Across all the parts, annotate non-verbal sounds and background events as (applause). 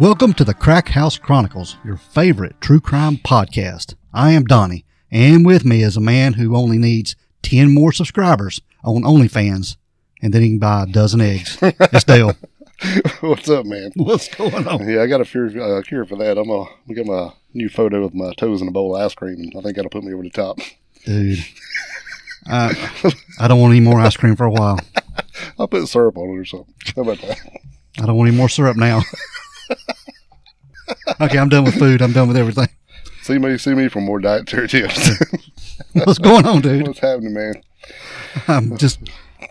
Welcome to the Crack House Chronicles, your favorite true crime podcast. I am Donnie, and with me is a man who only needs 10 more subscribers on OnlyFans, and then he can buy a dozen eggs. It's Dale. (laughs) What's up, man? (laughs) What's going on? Yeah, I got a fear, uh, cure for that. I'm gonna get my new photo with my toes in a bowl of ice cream, and I think that'll put me over the top. (laughs) Dude, I, I don't want any more ice cream for a while. I'll put syrup on it or something. (laughs) How about that? I don't want any more syrup now. (laughs) okay, I'm done with food. I'm done with everything. See me, see me for more dietary (laughs) tips. What's going on, dude? What's happening, man? I'm just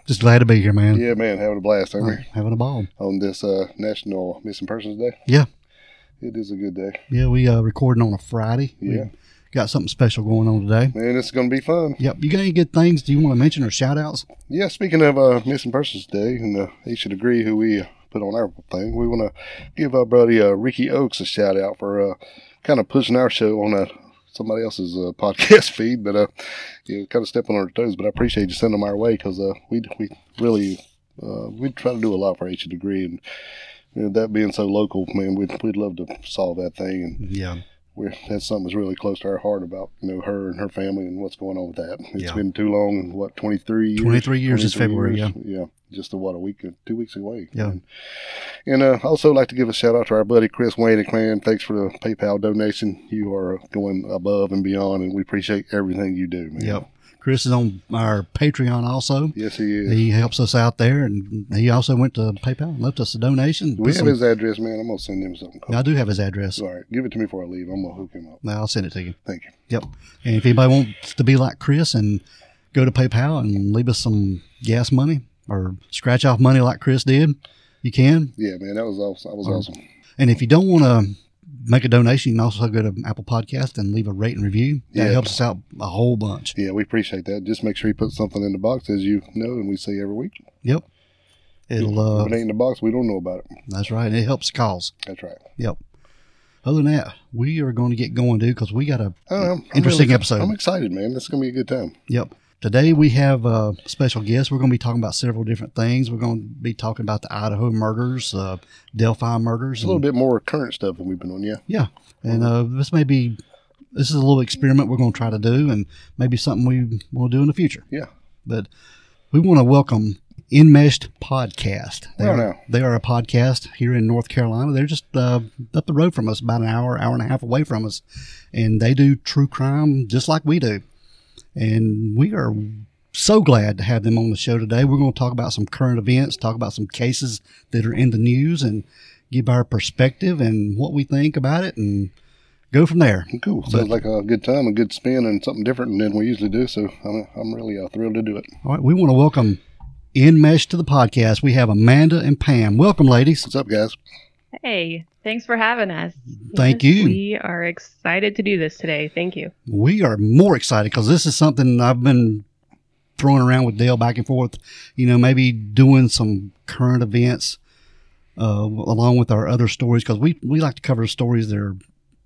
just glad to be here, man. Yeah, man, having a blast, ain't we? Having a ball. On this uh, National Missing Persons Day. Yeah. It is a good day, Yeah, we uh recording on a Friday. We Yeah. got something special going on today. man. It's gonna be fun. Yep. You got any good things do you want to mention or shout outs? Yeah, speaking of uh, Missing Persons Day, and uh, each should agree who we uh, put on our thing, we want to give our buddy uh, Ricky Oakes a shout out for uh, kind of pushing our show on uh, somebody else's uh, (laughs) podcast feed, but uh, you know, kind of stepping on our toes. But I appreciate you sending them our way because uh, we we really uh, we try to do a lot for each degree, and you know, that being so local, man, we'd we'd love to solve that thing, and Yeah. we're, that's something that's really close to our heart about you know her and her family and what's going on with that. It's Yeah. been too long. What twenty three years? 23 years is February, Yeah, yeah. Just a, what a week, or two weeks away. Yeah. And, and uh, also like to give a shout out to our buddy Chris Wayne at Clan. Thanks for the PayPal donation. You are going above and beyond, and we appreciate everything you do, man. Yep. Chris is on our Patreon also. Yes, he is. He helps us out there and he also went to PayPal and left us a donation. we Put have some- his address, man. I'm gonna send him something. I do have his address. All right, give it to me before I leave. I'm gonna hook him up. No, I'll send it to you. Thank you. Yep. And if anybody wants to be like Chris and go to PayPal and leave us some gas money or scratch off money like Chris did, you can. Yeah, man, that was awesome. That was awesome. And if you don't want to make a donation, you can also go to Apple Podcast and leave a rate and review. That Yeah. helps us out a whole bunch. Yeah, we appreciate that. Just make sure you put something in the box, as you know, and we say every week. Yep. It'll uh, If it ain't in the box, we don't know about it. that's right. And it helps the cause. That's right. Yep. Other than that, we are going to get going, dude, because we got a I don't know. Um, I'm Interesting really- episode. I'm excited, man. This is gonna be a good time. Yep. Today we have a special guest. We're going to be talking about several different things. We're going to be talking about the Idaho murders, uh, Delphi murders. It's a little And, bit more current stuff than we've been on. Yeah, yeah. And uh, this may be, this is a little experiment we're going to try to do and maybe something we will do in the future. yeah. But we want to welcome Enmeshed Podcast. They, Well, are, now. they are a podcast here in North Carolina. They're just uh, up the road from us, about an hour, hour and a half away from us. And they do true crime just like we do. And we are so glad to have them on the show today. We're going to talk about some current events, talk about some cases that are in the news, and give our perspective and what we think about it and go from there. Cool. Sounds like a good time, a good spin, and something different than we usually do. So I'm, I'm really uh, thrilled to do it. All right. We want to welcome Enmeshed to the podcast. We have Amanda and Pam. Welcome, ladies. What's up, guys? Hey, thanks for having us. Thank Yes, you. We are excited to do this today. Thank you. We are more excited because this is something I've been throwing around with Dale back and forth. You know, maybe doing some current events uh, along with our other stories because we we like to cover stories that are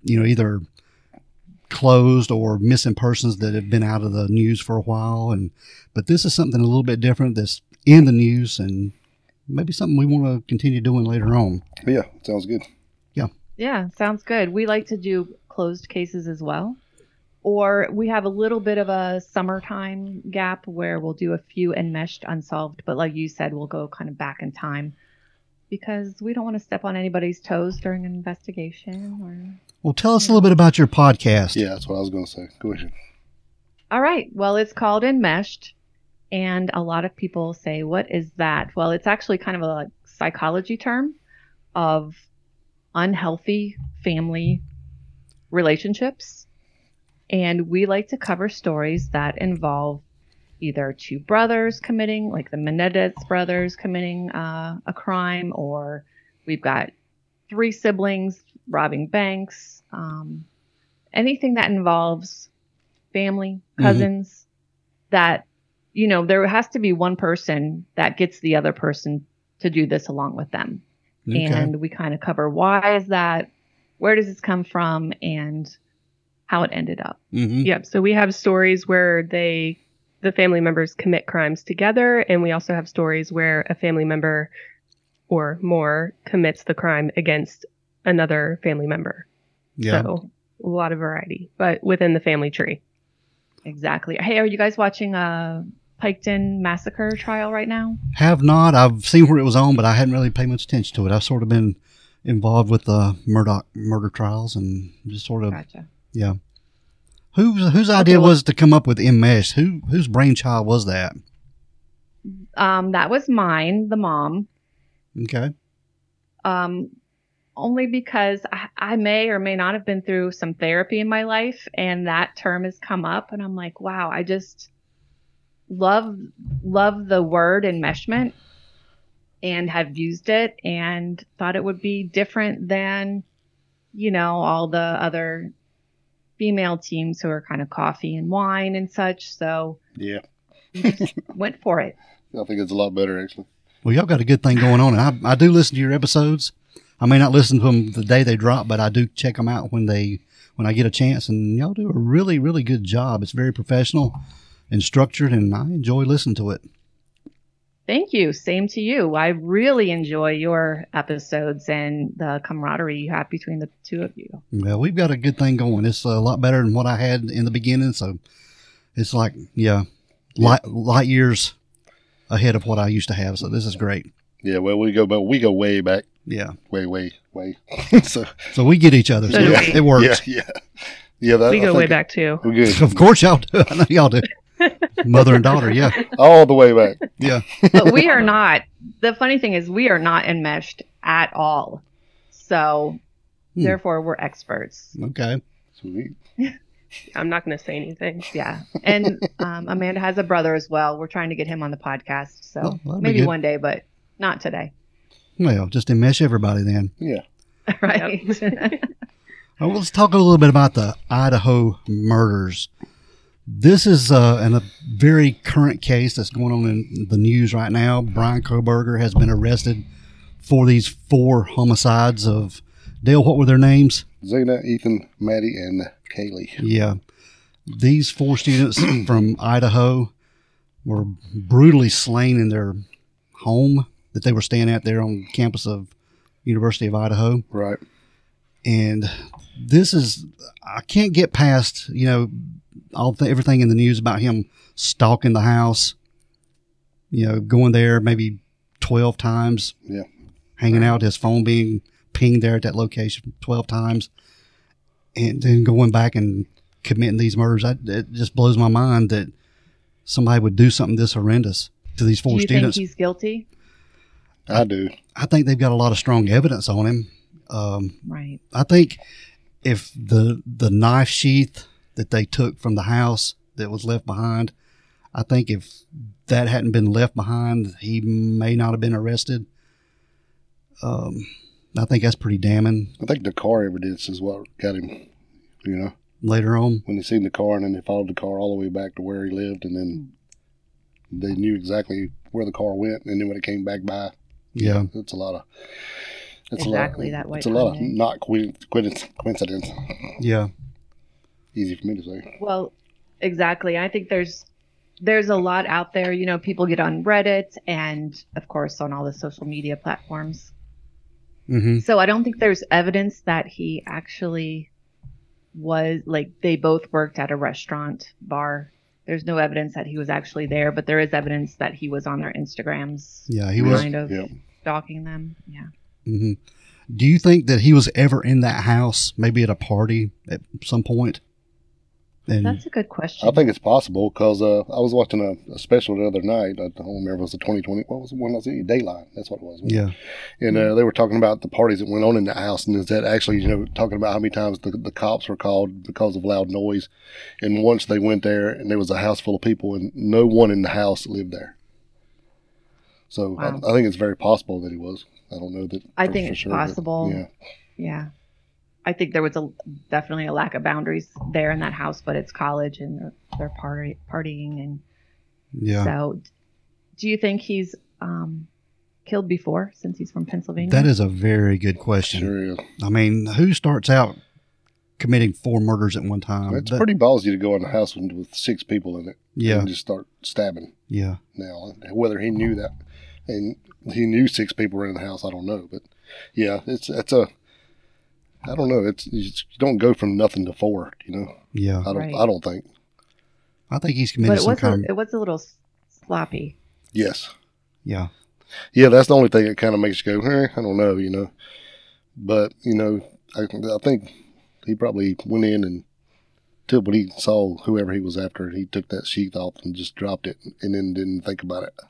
you know either closed or missing persons that have been out of the news for a while and but this is something a little bit different that's in the news and maybe something we want to continue doing later on Yeah, sounds good. Yeah, sounds good. We like to do closed cases as well. Or we have a little bit of a summertime gap where we'll do a few enmeshed unsolved, but like you said, we'll go kind of back in time because we don't want to step on anybody's toes during an investigation or well tell us a little bit about your podcast Yeah, that's what I was gonna say. Go ahead. All right. Well, it's called Enmeshed. And a lot of people say, what is that? Well, it's actually kind of a like, psychology term of unhealthy family relationships. And we like to cover stories that involve either two brothers committing, like the Menendez brothers committing uh, a crime, or we've got three siblings robbing banks, um, anything that involves family, Mhm. cousins that you know there has to be one person that gets the other person to do this along with them. Okay. And we kind of cover why is that, where does this come from and how it ended up. Mhm. Yep. So we have stories where they, the family members commit crimes together, and we also have stories where a family member or more commits the crime against another family member. Yeah. So a lot of variety, but within the family tree. Exactly. Hey, are you guys watching a Piketon massacre trial right now? Have not. I've seen where it was on, but I hadn't really paid much attention to it. I've sort of been involved with the Murdoch murder trials and just sort of Gotcha. yeah. Whose whose idea well- was to come up with enmeshed? Who whose brainchild was that? Um, that was mine, the mom. Okay. um, only because I, I may or may not have been through some therapy in my life, and that term has come up, and I'm like, wow, I just love love the word enmeshment, and have used it, and thought it would be different than, you know, all the other female teams who are kind of coffee and wine and such. So Yeah. went for it. I think it's a lot better, actually. Well, y'all got a good thing going on, and I, I do listen to your episodes. I may not listen to them the day they drop, but I do check them out when they when I get a chance. And y'all do a really really good job. It's very professional and structured, and I enjoy listening to it. Thank you. Same to you. I really enjoy your episodes and the camaraderie you have between the two of you. Well, we've got a good thing going. It's a lot better than what I had in the beginning. So it's like, yeah, light, light years ahead of what I used to have. So this is great. Yeah, well, we go, but we go way back, Yeah. way, way, way. (laughs) so So we get each other. So So do it- we. it yeah, works. yeah, yeah. That, we I go way think back (laughs) too. We're (laughs) good, Of course, y'all do. I know y'all do. Mother and daughter. Yeah. all the way back. (laughs) Yeah. But we are not, the funny thing is, we are not enmeshed at all. So, Hmm. therefore, we're experts. Okay. Sweet. I'm not going to say anything. Yeah. And um, Amanda has a brother as well. We're trying to get him on the podcast. So, Well, Oh, that'd be maybe good. one day, but not today. (laughs) Well, just enmesh everybody then. Yeah, Right. (laughs) Well, let's talk a little bit about the Idaho murders. This is uh, an, a very current case that's going on in the news right now. Brian Koberger has been arrested for these four homicides of Dale. What were their names? Zena, Ethan, Maddie, and Kaylee. Yeah, these four students (clears throat) from Idaho were brutally slain in their home that they were staying at there on campus of University of Idaho. Right. and this is I can't get past you know all the, everything in the news about him stalking the house, you know, going there maybe twelve times, Yeah. hanging out, his phone being pinged there at that location twelve times, and then going back and committing these murders. I, it just blows my mind that somebody would do something this horrendous to these Do four you think students. he's guilty? I do. I think they've got a lot of strong evidence on him. Um, Right. I think if the the knife sheath that they took from the house that was left behind, I think if that hadn't been left behind, he may not have been arrested. Um, I think that's pretty damning. I think the car evidence is what got him. You know, Later on, when they seen the car and then they followed the car all the way back to where he lived, and then Hmm. they knew exactly where the car went, and then when it came back by, yeah, that's a lot of. That's Exactly, a lot, that white It's a lot of onion. not coin- coincidence. coincidence. (laughs) yeah, Easy for me to say. Well, exactly. I think there's there's a lot out there. You know, people get on Reddit and of course on all the social media platforms. mm-hmm. So I don't think there's evidence that he actually was like they both worked at a restaurant bar. There's no evidence that he was actually there, but there is evidence that he was on their Instagrams yeah. He was. Kind of. Yeah. stalking them. Yeah. hmm Do you think that he was ever in that house? Maybe at a party at some point. And That's a good question. I think it's possible because uh, I was watching a, a special the other night. uh, I don't remember if it was the 2020. What was the one I was eating? Dayline. That's what it was. yeah, And uh, they were talking about the parties that went on in the house. And is that actually, you know, talking about how many times the, the cops were called because of loud noise. And once they went there and there was a house full of people and no one in the house lived there. So Wow. I, I think it's very possible that he was. I don't know that. I for- think for it's sure, but possible. yeah. Yeah. I think there was a definitely a lack of boundaries there in that house, but it's college and they're, they're party, partying and yeah. so. Do you think he's um, killed before since he's from Pennsylvania? That is a very good question. Sure is. I mean, who starts out committing four murders at one time? it's That- pretty ballsy to go in the house with, with six people in it Yeah, and just start stabbing. yeah, now. Whether he knew that, and he knew six people were in the house, I don't know. But yeah, it's it's a I don't know. It's, it's you don't go from nothing to four. You know, Yeah, I don't. Right. I don't think. I think he's But committed it some was a, kind. Of, it was a little s- sloppy. Yes. yeah, Yeah, that's the only thing that kind of makes you go, eh, I don't know, you know. But you know, I, I think he probably went in and took what he saw, whoever he was after. He took that sheath off and just dropped it, and then didn't think about it. I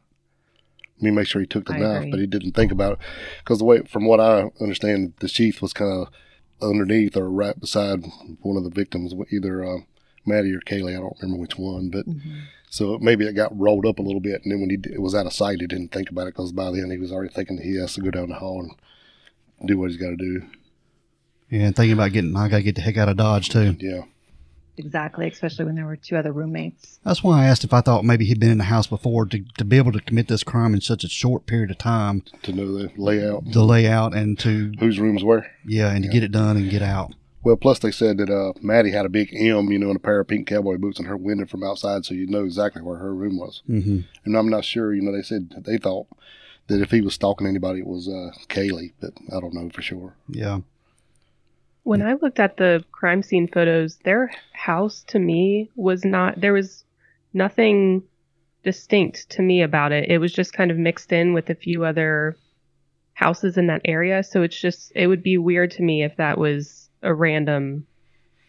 mean, make sure he took the I knife, agree. but he didn't think about it because the way, from what I understand, the sheath was kind of underneath or right beside one of the victims, either uh, Maddie or Kaylee. I don't remember which one, but so it- maybe it got rolled up a little bit, and then when he d- it was out of sight, he didn't think about it because by then he was already thinking he has to go down the hall and do what he's got to do. yeah. And thinking about getting, I gotta get the heck out of Dodge too. Yeah, Exactly, especially when there were two other roommates. That's why I asked if I thought maybe he'd been in the house before to, to be able to commit this crime in such a short period of time, to know the layout, to lay out and to whose rooms were. yeah, and to get it done and get out. Well, plus they said that uh, Maddie had a big M, you know, and a pair of pink cowboy boots in her window from outside, so you know exactly where her room was. Mm-hmm. And I'm not sure, you know, they said that they thought that if he was stalking anybody, it was uh, Kaylee, but I don't know for sure. Yeah, When I looked at the crime scene photos, their house to me was not, there was nothing distinct to me about it. It was just kind of mixed in with a few other houses in that area. So it's just, it would be weird to me if that was a random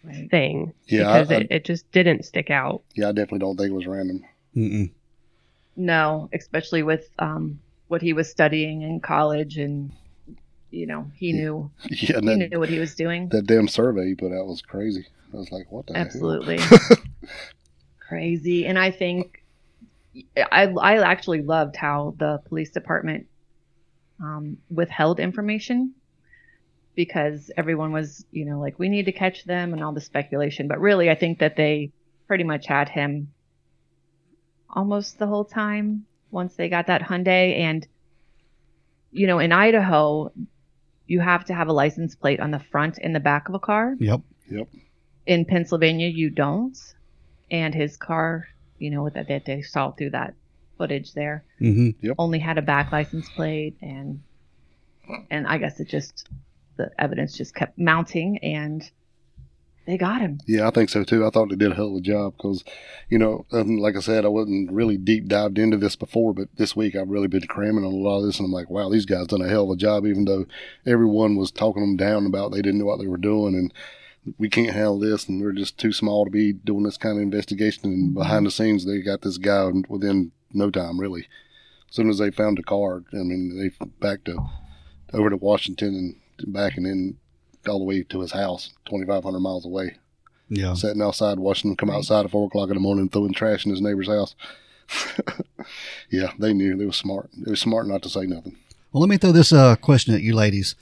Right. thing Yeah, because I- it, it just didn't stick out. Yeah, I definitely don't think it was random. (laughs) Mm-mm. No, especially with um, what he was studying in college, and you know he knew Yeah, and he that, knew what he was doing. that damn survey you put out was crazy. I was like, what the hell? Absolutely crazy, and I think I I actually loved how the police department um, withheld information because everyone was you know like we need to catch them and all the speculation, but really I think that they pretty much had him almost the whole time once they got that Hyundai. And, you know, in Idaho, you have to have a license plate on the front and the back of a car. Yep. Yep. In Pennsylvania, you don't. And his car, you know, that that they saw through that footage there, Mm-hmm. only had a back license plate. And, and I guess it just, the evidence just kept mounting and they got him. Yeah, I think so too. I thought they did a hell of a job because, you know, and like I said, I wasn't really deep dived into this before, but this week I've really been cramming on a lot of this, and I'm like, wow, these guys done a hell of a job, even though everyone was talking them down about they didn't know what they were doing, and we can't handle this, and we're just too small to be doing this kind of investigation. And behind the scenes, they got this guy within no time, really. As soon as they found the car, I mean, they back to over to Washington and back, and then all the way to his house, 2,500 miles away Yeah. sitting outside watching him come Right. outside at four o'clock in the morning throwing trash in his neighbor's house. (laughs) yeah, they knew they were smart. They were smart not to say nothing. Well, let me throw this uh, question at you, ladies.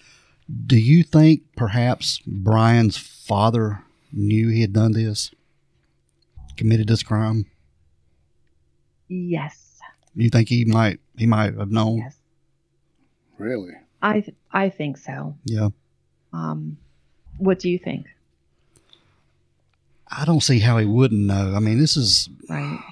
Do you think perhaps Brian's father knew he had done this, committed this crime? Yes. You think he might he might have Mm. known? Yes. Really? I th- I think so. Yeah. Um, what do you think? I don't see how he wouldn't know. I mean, this is (sighs) Right.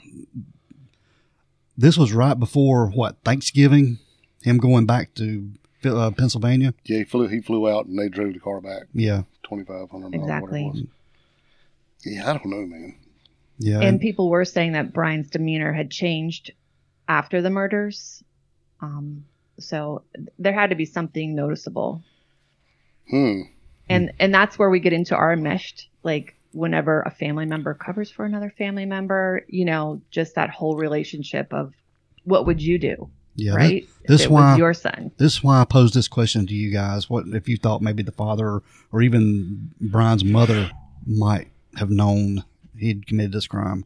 this was right before what Thanksgiving, him going back to uh, Pennsylvania. Yeah, he flew. He flew out and they drove the car back Yeah, twenty five hundred miles. Whatever Exactly. it was. Yeah, I don't know, man. yeah, And people were saying that Brian's demeanor had changed after the murders. Um, so there had to be something noticeable. Hmm. And and that's where we get into our enmeshed, like whenever a family member covers for another family member, you know, just that whole relationship of what would you do, yeah. This- right? this if it why- was your son. This is why I posed this question to you guys. What if you thought maybe the father or, or even Brian's mother might have known he'd committed this crime?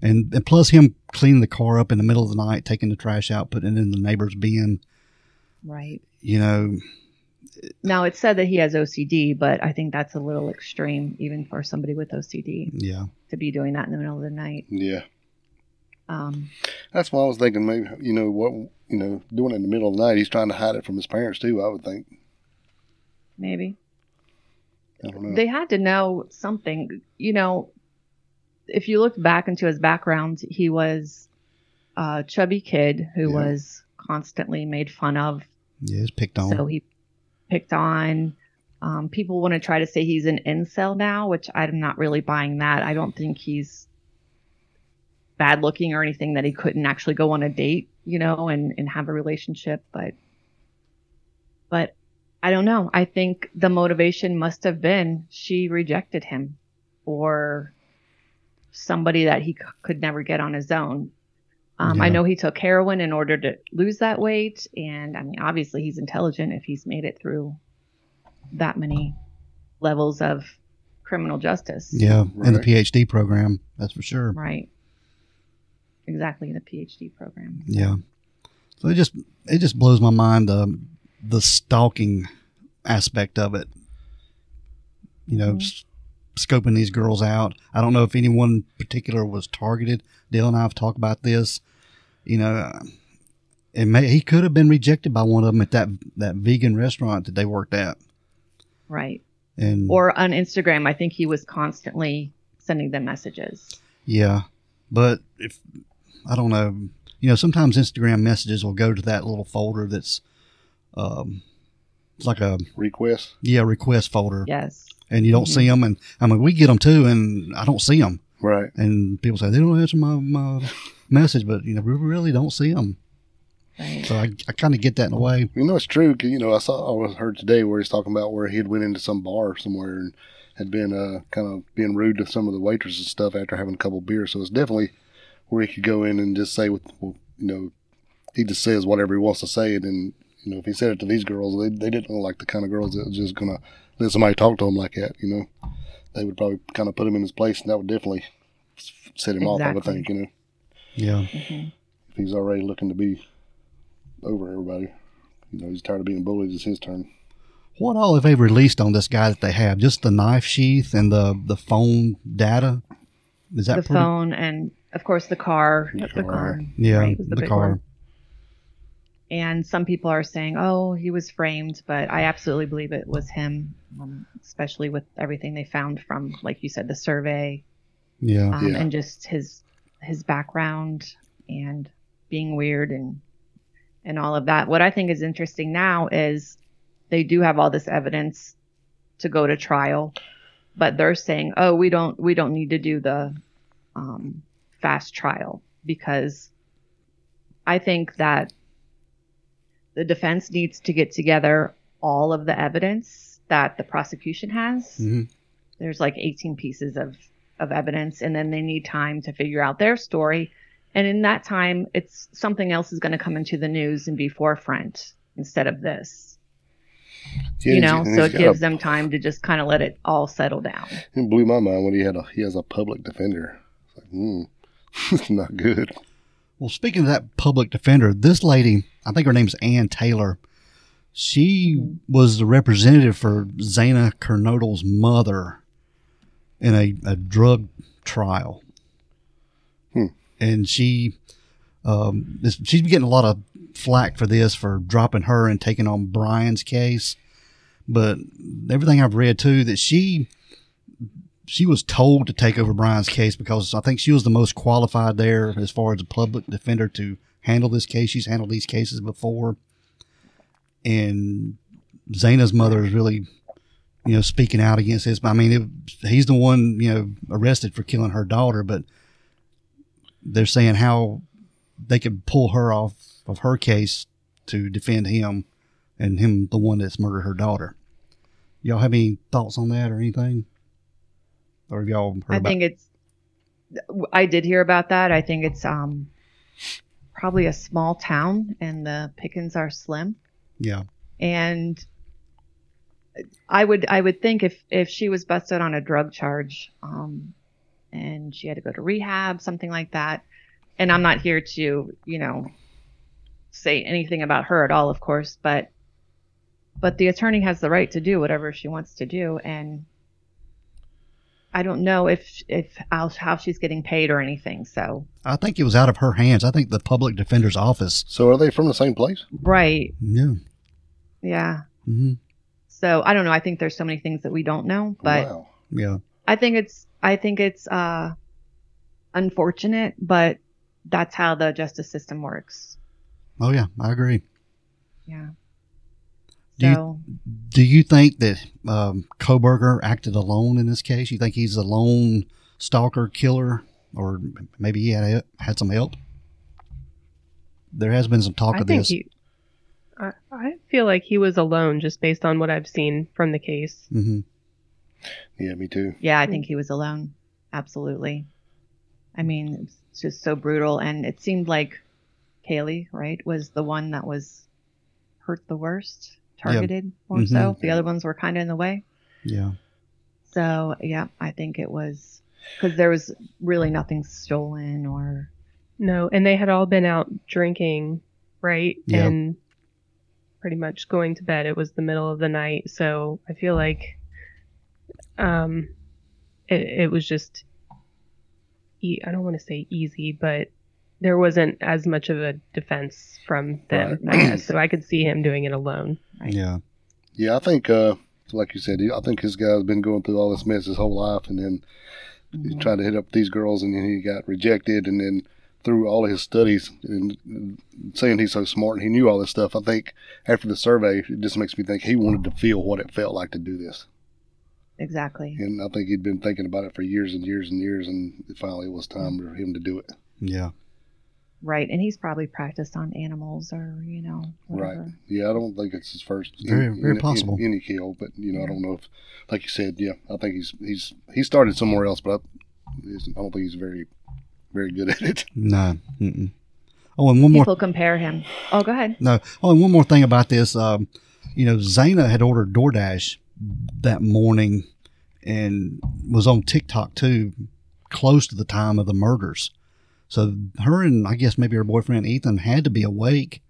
And, and plus, him cleaning the car up in the middle of the night, taking the trash out, putting it in the neighbor's bin, Right. you know, Now it's said that he has OCD, but I think that's a little extreme even for somebody with OCD. yeah. to be doing that in the middle of the night. Yeah, Um, that's why I was thinking. Maybe you know what you know, doing it in the middle of the night. He's trying to hide it from his parents too. I would think. maybe I don't know. they had to know something. You know, if you look back into his background, he was a chubby kid who Yeah. was constantly made fun of. Yeah, it's picked on. So he picked on. Um, people want to try to say he's an incel now, which I'm not really buying that. I don't think he's bad looking or anything that he couldn't actually go on a date, you know, and, and have a relationship. But, but I don't know. I think the motivation must have been she rejected him or somebody that he c- could never get on his own. Um, I Yeah. know he took heroin in order to lose that weight. And I mean, obviously, he's intelligent if he's made it through that many levels of criminal justice. Yeah, in the Right. PhD program, that's for sure. Right. Exactly, the PhD program. Yeah. So it just it just blows my mind the the stalking aspect of it. You know, Mhm. s- scoping these girls out. I don't know if anyone in particular was targeted. Dale and I have talked about this. You know, uh, it may he could have been rejected by one of them at that that vegan restaurant that they worked at, Right. and Or on Instagram, I think he was constantly sending them messages. Yeah, but if I don't know, you know, sometimes Instagram messages will go to that little folder that's, um, it's like a Request. yeah request folder, Yes. and you don't 'em see Mm-hmm. them, and I mean we get them too, and I don't see them, Right. and people say they don't answer my my (laughs) message, but you know we really don't see them, Right. so I, I kind of get that in a way. You know, it's true. 'cause, you know, I saw, I was heard today where he's talking about where he had went into some bar somewhere and had been uh, kind of being rude to some of the waitresses and stuff after having a couple beers. So it's definitely where he could go in and just say, with, well, you know, he just says whatever he wants to say. And then, you know, if he said it to these girls, they, they didn't look like the kind of girls that was just going to let somebody talk to him like that, you know. They would probably kind of put him in his place, and that would definitely set him off, I would Exactly. think, you know, Yeah, Mhm. if he's already looking to be over everybody. You know, he's tired of being bullied. It's his turn. what all have they released on this guy that they have? Just the knife sheath and the the phone data. Is that The pretty? phone and, of course, the car. The Um, car. Yeah, right, was the the big car. one. And some people are saying, oh, he was framed, but I absolutely believe it was him, um, especially with everything they found from, like you said, the survey. Yeah. um, Yeah. and just his his background and being weird and and all of that. What I think is interesting now is they do have all this evidence to go to trial, but they're saying, "Oh, we don't we don't need to do the um, fast trial because I think that the defense needs to get together all of the evidence that the prosecution has." hmm there's like 18 pieces of of evidence and then they need time to figure out their story and in that time it's something else is going to come into the news and be forefront instead of this Yeah, you he's- know and he's so it got a- gives them time to just kind of let it all settle down It blew my mind when he had a he has a public defender. It's like, hmm, (laughs) it's not good. Well, speaking of that public defender, this lady, I think her name's Ann Taylor, she was the representative for Zana Kernodle's mother in a, a drug trial. Hmm. And she, um, this, she's been getting a lot of flack for this, for dropping her and taking on Brian's case. But everything I've read too, that she she was told to take over Brian's case because I think she was the most qualified there as far as a public defender to handle this case. She's handled these cases before, and Zaina's mother is really, you know, speaking out against this. But I mean, it, he's the one you know arrested for killing her daughter, but they're saying how they could pull her off of her case to defend him and him the one that's murdered her daughter. Y'all have any thoughts on that or anything? Or have y'all heard i about think it's i did hear about that i think it's um probably a small town and the pickings are slim Yeah. and I would I would think if if she was busted on a drug charge, um, and she had to go to rehab, something like that. And I'm not here to you know say anything about her at all, of course, but but the attorney has the right to do whatever she wants to do, and I don't know if if how, how she's getting paid or anything. So I think it was out of her hands. I think the public defender's office. So are they from the same place? right, Yeah. yeah. hmm So I don't know. I think there's so many things that we don't know, but. wow. Yeah. I think it's I think it's uh unfortunate, but that's how the justice system works. Oh yeah, I agree. Yeah. Do you- So Do you think that um, Koberger acted alone in this case? You think he's a lone stalker killer, or maybe he had had some help? There has been some talk I of think this. he. I, I feel like he was alone just based on what I've seen from the case. hmm Yeah, me too. yeah, I think he was alone. Absolutely. I mean, it's just so brutal, and it seemed like Kaylee, right, was the one that was hurt the worst, Yeah. targeted more Mhm. so. The other ones were kind of in the way. Yeah, So yeah, I think it was because there was really nothing stolen or No, and they had all been out drinking, right? Yeah. And pretty much going to bed. It was the middle of the night, so I feel like um it, it was just e- I don't want to say easy, but there wasn't as much of a defense from them, I guess. So I could see him doing it alone. Right. yeah, Yeah, I think, uh, like you said, I think his guy's been going through all this mess his whole life, and then he Mm-hmm. Mhm. tried to hit up these girls, and then he got rejected, and then through all of his studies and saying he's so smart and he knew all this stuff, I think after the survey, it just makes me think he wanted to feel what it felt like to do this, exactly. and I think he'd been thinking about it for years and years and years, and finally it was time for him to do it. yeah. Right, and he's probably practiced on animals or you know Right. whatever. Yeah, I don't think it's his first Very- very possible. any, kill, but you know, I don't know if, like you said, yeah, I think he's he's he started somewhere else, but I, he's- I don't think he's very very good at it. No. Mm-mm. Oh, and one more. People compare him. Oh, go ahead. No. Oh, and one more thing about this. Um, you know, Zaina had ordered DoorDash that morning and was on TikTok too, close to the time of the murders. So her and I guess maybe her boyfriend Ethan had to be awake.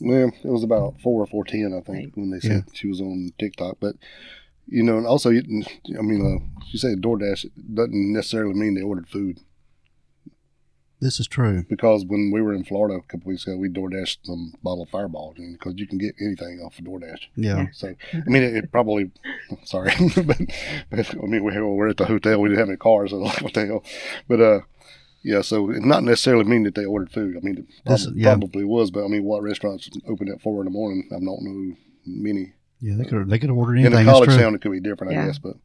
Well, it was about four or four ten, I think, when they said she was on TikTok. But you know, and also, you- I mean, uh, you say DoorDash it doesn't necessarily mean they ordered food This is true. because when we were in Florida a couple weeks ago, we DoorDashed some bottle of Fireball because you can get anything off of DoorDash. Yeah. So, I mean, it, it probably, sorry, (laughs) but, but I mean, we we're at the hotel. We didn't have any cars, so (laughs) like, what the hell? But, uh, yeah, so it not necessarily mean that they ordered food. I mean, it prob- This- yeah. probably was, but I mean, what restaurants open at four in the morning? I don't know many. Yeah, they could have, they could have ordered In anything. a That's college true. town, it could be different, I Yeah. guess, but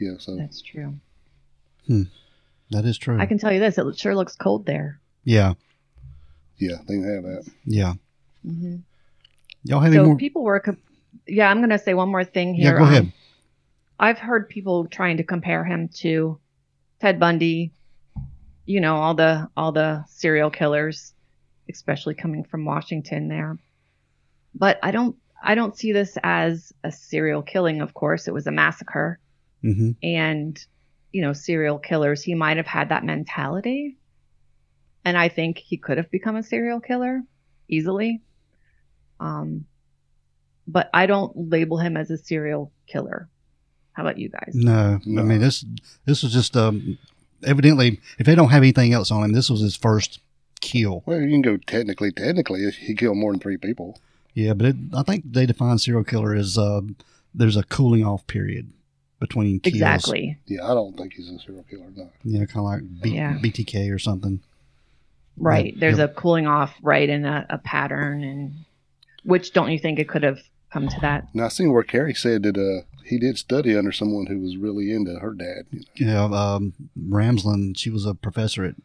yeah, Mm. so That's true. That is true. I can tell you this: it sure looks cold there. yeah, yeah, they can have that. yeah. hmm Y'all have any So more? people were. Com- yeah, I'm going to say one more thing Yeah, here. go Um, ahead. I've heard people trying to compare him to Ted Bundy, you know, all the all the serial killers, especially coming from Washington there. But I don't I don't see this as a serial killing, of course. It was a massacre Mm-hmm. and you know, serial killers, he might have had that mentality. And I think he could have become a serial killer easily. Um but I don't label him as a serial killer. How about you guys? No, I No. mean this. This was just um, evidently if they don't have anything else on him, this was his first kill. Well, you can go technically, technically, he killed more than three people. Yeah, but it, I think they define serial killer as uh, there's a cooling off period between kills. Exactly. Yeah, I don't think he's a serial killer, no. Yeah, kind of like B- Yeah. BTK or something. Right. Yeah, There's yeah. a cooling off, right, and a, a pattern and which don't you think it could have come to that? Now, I seen where Carrie said that uh, he did study under someone who was really into her dad. You know, You know, um, Ramsland. She was a professor at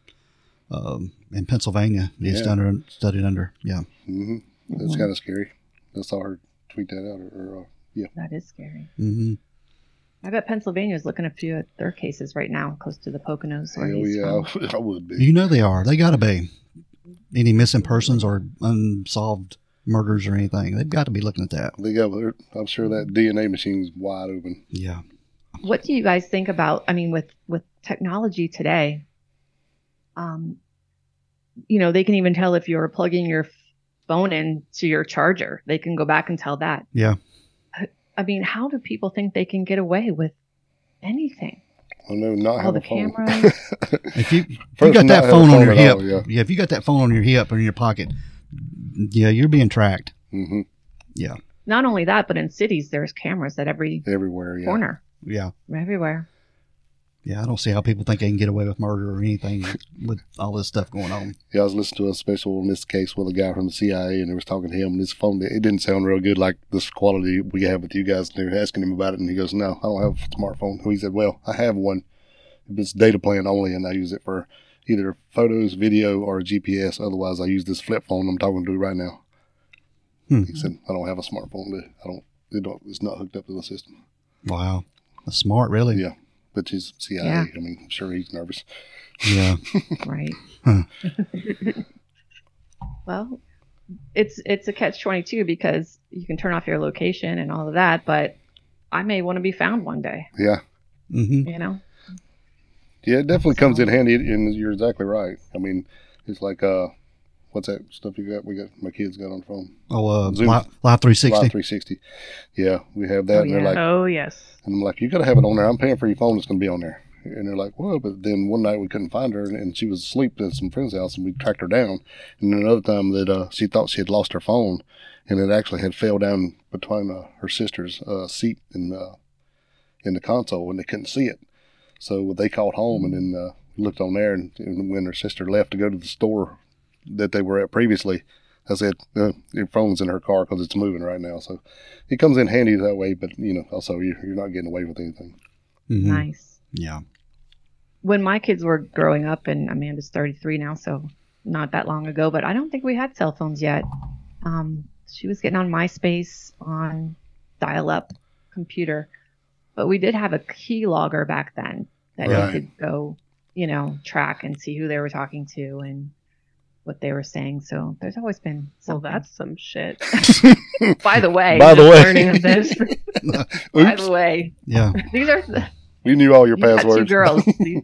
um, in Pennsylvania. He Yeah. studied under- studied under. Yeah. hmm that's Mhm. kind of scary. I saw her tweet that out. Or, or uh, That is scary. hmm I bet Pennsylvania's looking at a few of their cases right now, close to the Poconos where hell he's oh, yeah, from. I would- I (laughs) would be. You know they are. They got to be. Any missing persons or unsolved murders or anything, they've got to be looking at that. They got, I'm sure that DNA machine's wide open. Yeah. what do you guys think about i mean with with technology today um you know they can even tell if you're plugging your phone in to your charger they can go back and tell that Yeah. i mean how do people think they can get away with anything I know not all have the a phone. (laughs) cameras If you, if you First, got not that have a phone on phone your at hip, all, yeah. yeah. if you got that phone on your hip or in your pocket, yeah, you're being tracked. hmm not only that but in cities there's cameras at every Everywhere, yeah. corner Yeah. everywhere Yeah, I don't see how people think they can get away with murder or anything with all this stuff going on. Yeah, I was listening to a special in this case with a guy from the CIA, and they was talking to him, and his phone it didn't sound real good like this quality we have with you guys. And they were asking him about it, and he goes, "No, I don't have a smartphone." He said, "Well, I have one. It's data plan only, and I use it for either photos, video, or GPS. Otherwise, I use this flip phone I'm talking to right now." Hmm. He said, "I don't have a smartphone. I don't. It don't. It's not hooked up to the system." Wow, that's smart, really. Yeah. But he's CIA. Yeah. I mean, I'm sure he's nervous. Yeah. Right. Huh. (laughs) well, it's it's a catch twenty two because you can turn off your location and all of that, but I may want to be found one day. Yeah. hmm You know. Yeah, it definitely comes in handy, and you're exactly right. I mean, it's like uh, what's that stuff you got? We got my kids got on the phone. Oh, uh, Zoom. live, live three Live sixty. 360. Yeah, we have that, Oh, and they're yeah. like, Oh yes. and I'm like, you got to have it on there. I'm paying for your phone. It's gonna be on there. And they're like, well, but then one night we couldn't find her, and, and she was asleep at some friend's house, and we tracked her down. And then another time that uh, she thought she had lost her phone, and it actually had fell down between uh, her sister's uh, seat and uh, in the console, and they couldn't see it. So they called home, and then uh, looked on there, and, and when her sister left to go to the store that they were at previously, I said, uh, your phone's in her car because it's moving right now. So it comes in handy that way, but you know, also you're, you're not getting away with anything. hmm Nice. Yeah. When my kids were growing up, and Amanda's thirty three now, so not that long ago, but I don't think we had cell phones yet. Um, she was getting on MySpace on dial up computer, but we did have a key logger back then that Right. you could go, you know, track and see who they were talking to and what they were saying. So there's always been Well, something. that's (laughs) some shit. by the way. By the Just way. learning of this. (laughs) by Oops, the way, (laughs) Yeah. these are the, we knew all your you got two passwords. girls. (laughs) These,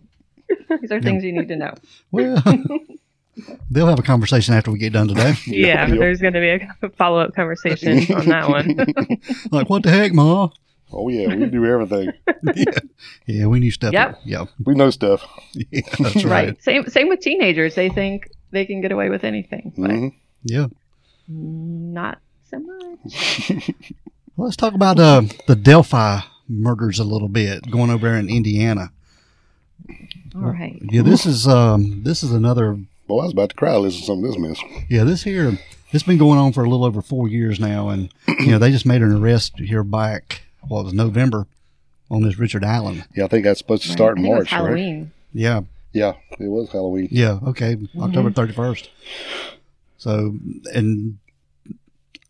these are things you need to know. Well, (laughs) they'll have a conversation after we get done (laughs) today. (laughs) yeah, but Yep. there's going to be a (laughs) follow up conversation on that one. (laughs) like, what the heck, Ma? Oh yeah, we do everything. yeah. yeah, we knew stuff. Yep. Yeah. (laughs) we know (laughs) stuff. yeah. That's right. Right. Same same with teenagers. They think they can get away with anything, but hmm Yeah. not so much. Well, let's talk about uh, the Delphi murders a little bit, going over there in Indiana. Oh, All right. Yeah, this is um, this is another Boy, I was about to cry listening to some of this mess. Yeah, this here, it's been going on for a little over four years now, and you know they just made an arrest here back well it was November on this Richard Allen. Yeah, I think that's supposed to Right. start I in think it was March, right? Halloween. Yeah, Yeah, it was Halloween. yeah, okay, October thirty first. So, and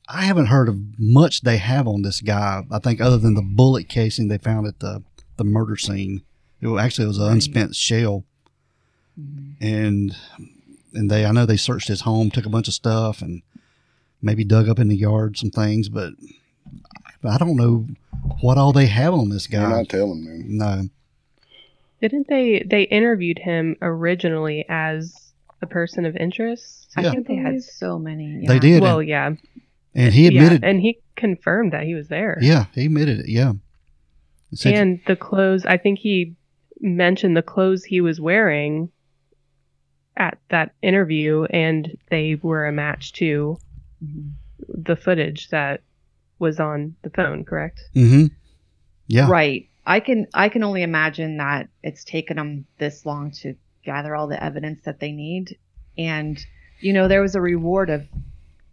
I haven't heard of much they have on this guy. I think other than the bullet casing they found at the the murder scene, it was, actually it was an unspent shell, and and they I know they searched his home, took a bunch of stuff, and maybe dug up in the yard some things, but I don't know what all they have on this You're guy. not telling me. No, Didn't they? They interviewed him originally as a person of interest. I Yeah. think they had believe. so many. they yeah. did, Well, and, yeah, and he admitted. yeah, and he confirmed that he was there. Yeah, he admitted it. Yeah. He said- and the clothes. I think he mentioned the clothes he was wearing at that interview, and they were a match to Mhm. the footage that was on the phone. Correct? Mhm. Yeah. Right. I can I can only imagine that it's taken them this long to gather all the evidence that they need, and you know there was a reward of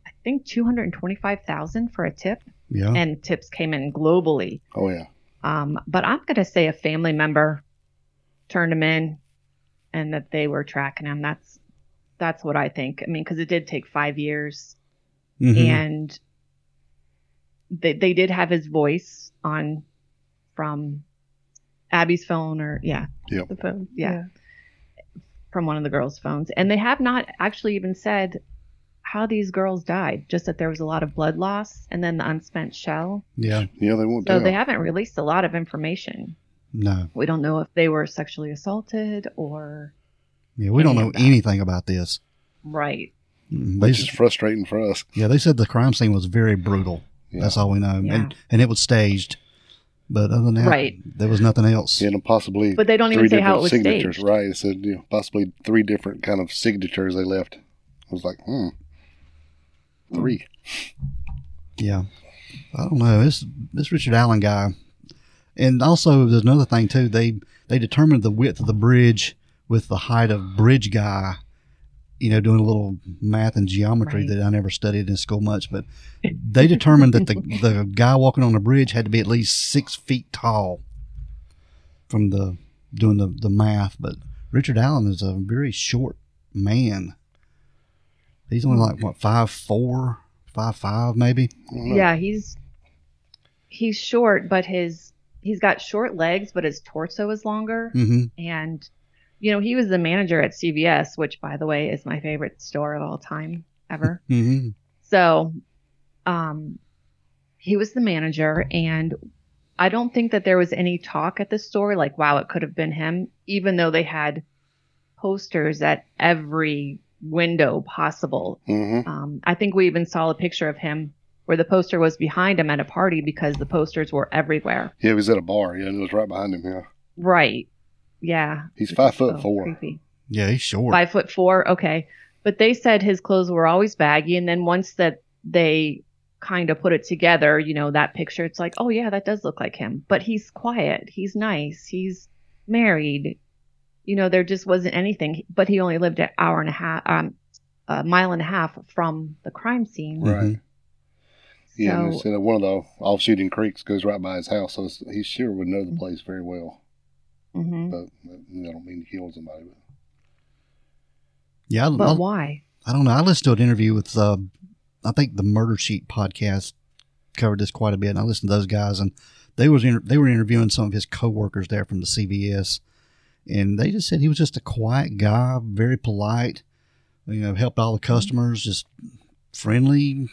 I think two hundred twenty five thousand for a tip, Yeah. and tips came in globally. Oh yeah, Um, but I'm going to say a family member turned him in and that they were tracking him. That's that's what I think. I mean, because it did take five years Mm-hmm. Mhm. and they, they did have his voice on from Abby's phone or, yeah, The phone. Yeah. from one of the girls' phones. And they have not actually even said how these girls died, just that there was a lot of blood loss and then the unspent shell. Yeah. yeah, they won't So tell. they haven't released a lot of information. No. We don't know if they were sexually assaulted or Yeah. We don't Any know of that. anything about this. right. Mm, They, Which is frustrating for us. yeah. They said the crime scene was very brutal. Yeah. That's all we know. Yeah. And and it was staged. But other than that, Right. there was nothing else. And possibly But they don't even say how it was signatures, staged. right? It said you know, possibly three different kind of signatures they left. I was like, hmm, three. Yeah. I don't know. This this Richard Allen guy, And also, there's another thing too. They they determined the width of the bridge with the height of bridge guy. You know, doing a little math and geometry Right. that I never studied in school much, but they determined that the the guy walking on the bridge had to be at least six feet tall. From the doing the the math, but Richard Allen is a very short man. He's only like what five four, five five maybe. I don't know. Yeah, he's he's short, but his he's got short legs, but his torso is longer. Mm-hmm. And you know, he was the manager at CVS, which by the way is my favorite store of all time (laughs) ever. Mm-hmm. So, um, he was the manager, and I don't think that there was any talk at the store like, wow, it could have been him, even though they had posters at every window possible. Mhm. Um, I think we even saw a picture of him where the poster was behind him at a party because the posters were everywhere. Yeah, he was at a bar. Yeah, it was right behind him. Yeah, Right. Yeah. he's five foot Oh, four. creepy. Yeah, he's short. five foot four. Okay. But they said his clothes were always baggy. And then once that they kind of put it together, you know, that picture, it's like, oh, yeah, that does look like him. But he's quiet. He's nice. He's married. You know, there just wasn't anything. But he only lived an hour and a half, um, a mile and a half from the crime scene. Mhm. Right. Mm-hmm. Yeah, and So- instead of one of the offshooting creeks goes right by his house, so it's- he sure would Mm-hmm. know the place very well. Mhm. But that that don't mean he killed somebody. But Yeah, I, But I, why? I don't know. I listened to an interview with, uh, I think the Murder Sheet podcast covered this quite a bit, and I listened to those guys, and they was inter- they were interviewing some of his coworkers there from the CBS, and they just said he was just a quiet guy, very polite, you know, helped all the Mm-hmm. customers, just friendly,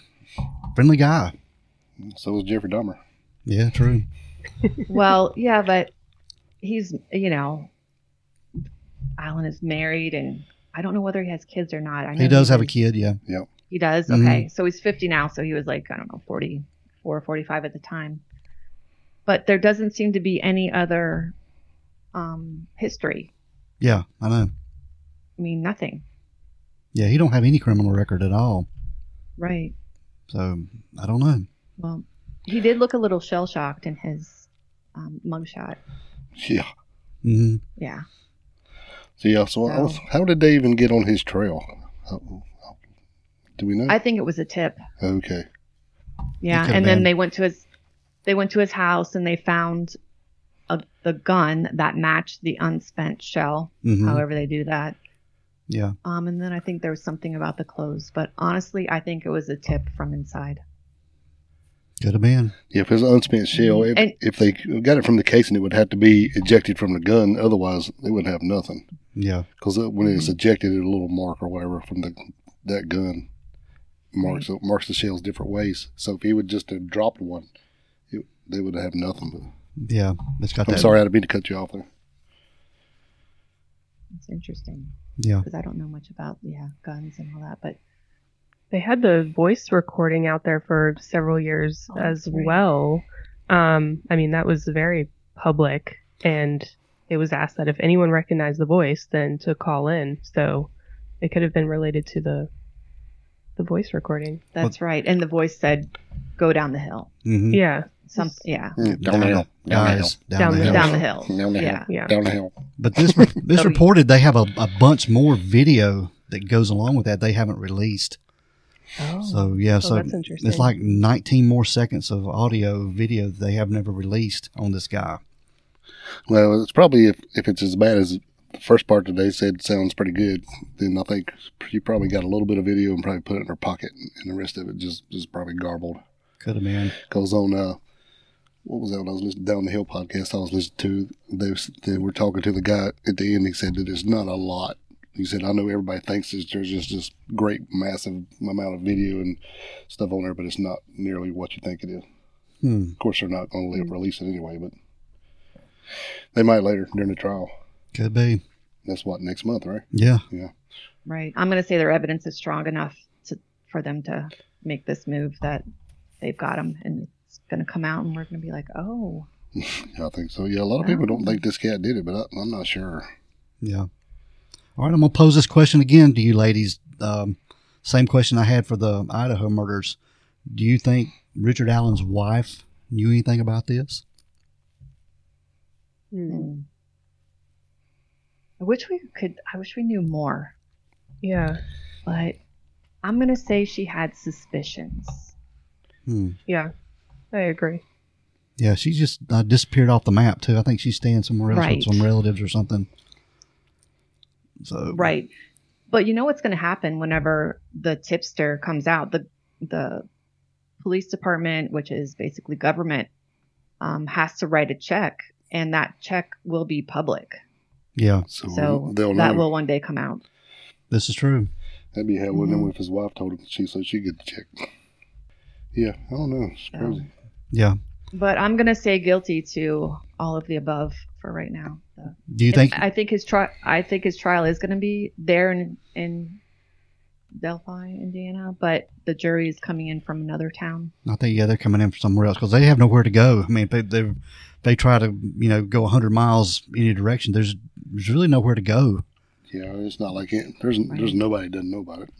friendly guy. mm, so was Jeffrey Dahmer. Yeah, true. well, yeah, but he's, you know, Alan is married and I don't know whether he has kids or not. I know He does have a was- kid. Yeah, He does? Mhm. Okay. So he's 50 now. So he was like, I don't know, 44, 45 at the time. But there doesn't seem to be any other um, history. yeah, I know. I mean, nothing. Yeah, he don't have any criminal record at all, Right. so I don't know. Well, he did look a little shell shocked in his um, mugshot. (laughs) Yeah. hmm Yeah. So yeah. So I was, how did they even get on his trail? How- how- Do we know? I think it was a tip. okay. Yeah. could've And then been. they went to his they went to his house and they found a, the gun that matched the unspent shell, hmm however they do that. Yeah, Um, and then I think there was something about the clothes, but honestly, I think it was a tip from inside. could have been. Yeah, if it's an unspent shell, if, Mm-hmm. And- if they got it from the casing, it would have to be ejected from the gun. Otherwise, they wouldn't have nothing. Yeah, Because when it's ejected, it's a little mark or whatever from the that gun marks marks the shells different ways. So if he would just have dropped one, it, they would have nothing. But yeah. It's got I'm that. sorry, I didn't mean to cut you off there. It's interesting Yeah. because I don't know much about yeah guns and all that, but They had the voice recording out there for several years Oh, as that's right. well. Um, I mean, that was very public, and it was asked that if anyone recognized the voice, then to call in. So it could have been related to the the voice recording. that's right. And the voice said, "Go down the hill." Mm-hmm. Yeah, Some yeah, Mm, Down the hill. Down the hill. Guys, down, the hill. down the hill. Down the hill. yeah, yeah. Down the hill. But this (laughs) re- this Oh, yeah. reported they have a, a bunch more video that goes along with that they haven't released. Oh, So yeah, so that's interesting. it's like 19 more seconds of audio video that they have never released on this guy. Well, it's probably if, if it's as bad as the first part today said sounds pretty good, then I think you probably got a little bit of video and probably put it in her pocket, and the rest of it just just probably garbled. Could have been. Because on uh, what was that? When I was listening down the hill podcast, I was listening to they, was- they were talking to the guy at the end. He said that there's not a lot. He said, I know everybody thinks that there's just this great massive amount of video and stuff on there, but it's not nearly what you think it is. Hmm. Of course, they're not going to release it anyway, but they might later during the trial. Could be. That's what next month, right? Yeah. right. I'm gonna say their evidence is strong enough to for them to make this move that they've got him, and it's gonna come out, and we're gonna be like, oh, I think so. Yeah, a lot of people don't think this cat did it, but I, I'm not sure. Yeah. All right, I'm gonna pose this question again to you ladies. Um, same question I had for the Idaho murders. Do you think Richard Allen's wife knew anything about this? Hmm. I wish we could. I wish we knew more. Yeah. But I'm gonna say she had suspicions. Hmm. Yeah. I agree. Yeah, she just uh, disappeared off the map too. I think she's staying somewhere else Right. with some relatives or something. So Right. But you know what's going to happen whenever the tipster comes out? The the police department, which is basically government, um, has to write a check, and that check will be public. yeah, So, So Oh, they'll that know. will one day come out. this is true. That'd be hell, wouldn't Mhm. it, if his wife told him she so she get the check. Yeah, I don't know. It's Yeah. crazy. Yeah. But I'm going to say guilty to all of the above for right now. So- Do you think? I think his trial. I think his trial is going to be there in in Delphi, Indiana, but the jury is coming in from another town. I think yeah, they're coming in from somewhere else because they have nowhere to go. I mean, they they they try to you know go hundred miles any direction. There's there's really nowhere to go. Yeah, it's not like it. There's there's Right. nobody that doesn't know about it.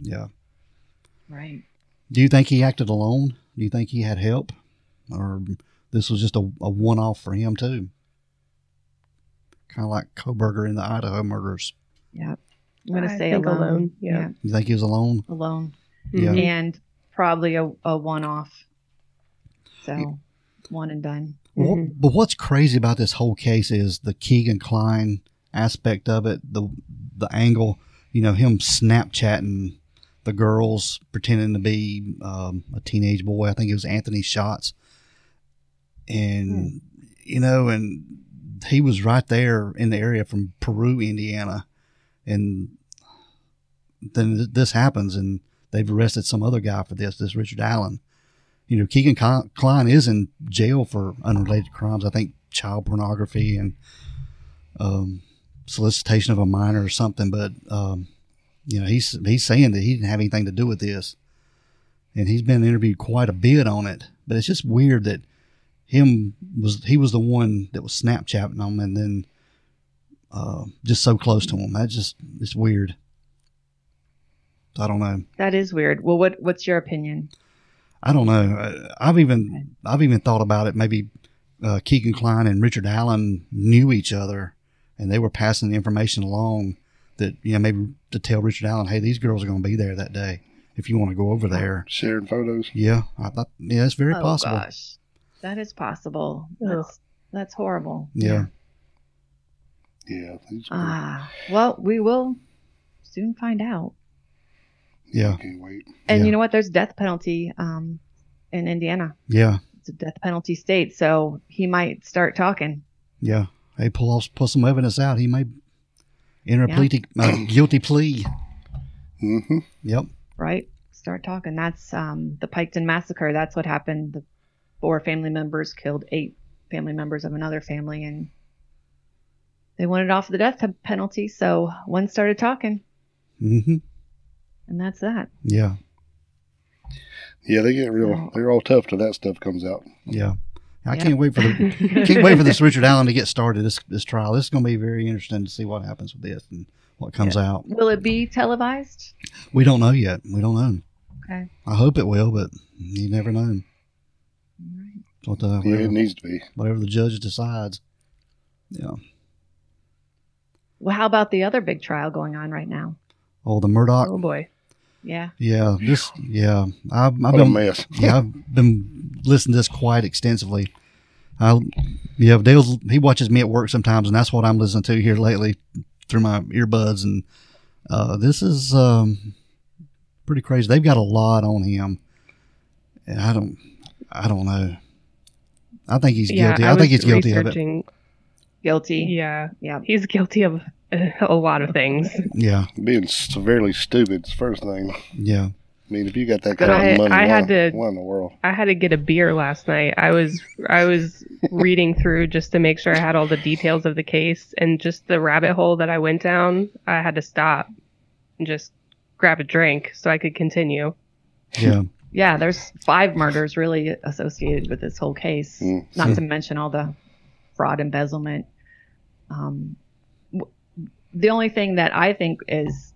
Yeah. Right. Do you think he acted alone? Do you think he had help, or this was just a, a one off for him too? Kind of like Koberger in the Idaho murders. Yeah. I'm going I to say think alone. alone, yeah. You think he was alone? alone. Yeah. Mhm. And probably a, a one off. So one and done. Well, Mhm. but what's crazy about this whole case is the Keegan Klein aspect of it, the the angle, you know, him Snapchatting the girls, pretending to be um, a teenage boy. I think it was Anthony Schatz, and you know, and he was right there in the area from Peru, Indiana, and then th- this happens, and they've arrested some other guy for this, this Richard Allen you know, Keegan Ki- Klein is in jail for unrelated crimes. I think child pornography and um, solicitation of a minor or something. But um, you know, he's he's saying that he didn't have anything to do with this, and he's been interviewed quite a bit on it. But it's just weird that him was he was the one that was Snapchatting him, and then uh, just so close to him. That's just it's weird. I don't know. That is weird. Well, what what's your opinion? I don't know. Uh, I've even I've even thought about it. Maybe uh, Keegan Klein and Richard Allen knew each other, and they were passing the information along that you know maybe to tell Richard Allen, hey, these girls are going to be there that day. If you want to go over there, Sharing photos. yeah, I thought yeah, it's very oh, possible. gosh. That is possible. Ugh. That's, that's horrible. Yeah. Yeah. It's pretty- Ah, well, we will soon find out. Yeah, Can't wait. And Yeah. you know what? There's death penalty um, in Indiana. yeah, It's a death penalty state, so he might start talking. yeah. Hey, pull off, pull some evidence out. He may enter a Yeah. plea to, uh, guilty plea. Mm-hmm. Yep. right? Start talking. That's um, the Piketon massacre. That's what happened. The four family members killed eight family members of another family, and they wanted off the death penalty. So one started talking, hmm and that's that. Yeah, Yeah, they get real. Oh. They're all tough till that stuff comes out. yeah. I Yeah. can't wait for the (laughs) can't wait for this Richard Allen to get started. This this trial. This is going to be very interesting to see what happens with this and what comes out. Will it be televised? We don't know yet. We don't know. Okay. I hope it will, but you never know. All right. What the, Yeah, it whatever, needs to be. whatever the judge decides. Yeah. Well, how about the other big trial going on right now? Oh, the Murdoch. Oh boy. Yeah. Yeah. This. Yeah. I, I've What a been. mess. Yeah, I've been listening to this quite extensively. I. Yeah, Dale's he watches me at work sometimes, and that's what I'm listening to here lately through my earbuds. And uh, this is um, pretty crazy. They've got a lot on him, and I don't, I don't know. I think he's guilty. I, was think he's guilty of it. researching- Guilty. Yeah. Yeah. He's guilty of (laughs) a lot of things. Yeah, Being severely stupid's the first thing. I yeah, mean, if you got that But kind I- of money, I why, had to- why in the world? I had to get a beer last night. I was I was reading through just to make sure I had all the details of the case and just the rabbit hole that I went down. I had to stop and just grab a drink so I could continue. yeah, Yeah. There's five murders really associated with this whole case. Mm. not to mention all the fraud embezzlement. Um, w- the only thing that I think is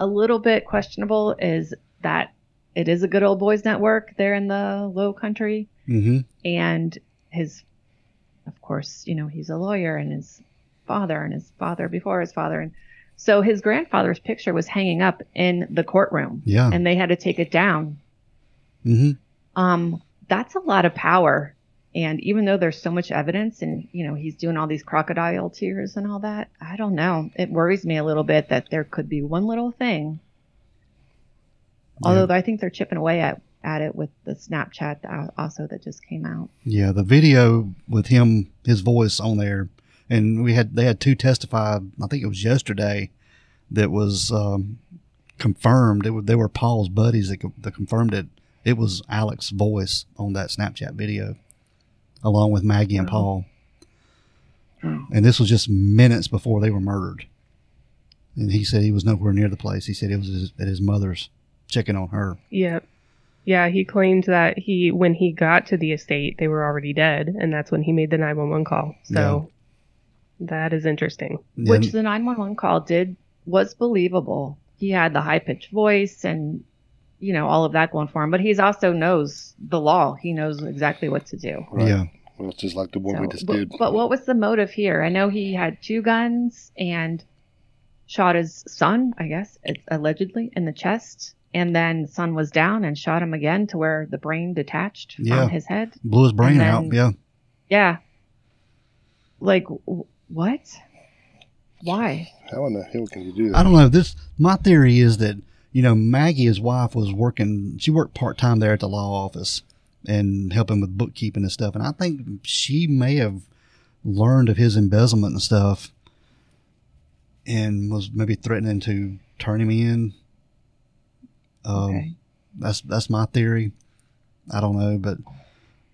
a little bit questionable is that it is a good old boys network there in the low country, mm-hmm. and his, of course, you know, he's a lawyer and his father and his father before his father. And so his grandfather's picture was hanging up in the courtroom Yeah. and they had to take it down. hmm Um, that's a lot of power. And even though there's so much evidence and, you know, he's doing all these crocodile tears and all that, I don't know. It worries me a little bit that there could be one little thing. Although I think they're chipping away at, at it with the Snapchat uh, also that just came out. Yeah, the video with him, his voice on there, and we had they had two testify. I think it was yesterday that was um, confirmed. It was, they were Paul's buddies that, co- that confirmed it. It was Alex's voice on that Snapchat video, along with Maggie and Oh. Paul. Wow. And this was just minutes before they were murdered. And he said he was nowhere near the place. He said it was his, at his mother's, checking on her. Yeah. Yeah, he claimed that he when he got to the estate, they were already dead, and that's when he made the 911 call. So that is interesting. which And- the 911 call did was believable. He had the high pitched voice and you know all of that going for him, but he's also knows the law. He knows exactly what to do. Right. yeah, Well, it's just like the one we So, just but, did. but what was the motive here? I know he had two guns and shot his son, I guess, it's allegedly in the chest, and then son was down and shot him again to where the brain detached Yeah. from his head. blew his brain And out. then- Yeah, Yeah. Like w- what? Why? How in the hell can you do that? I don't know. This my theory is that you know Maggie, his wife, was working. She worked part time there at the law office and helping with bookkeeping and stuff. And I think she may have learned of his embezzlement and stuff, and was maybe threatening to turn him in. Um, Okay. That's that's my theory. I don't know, but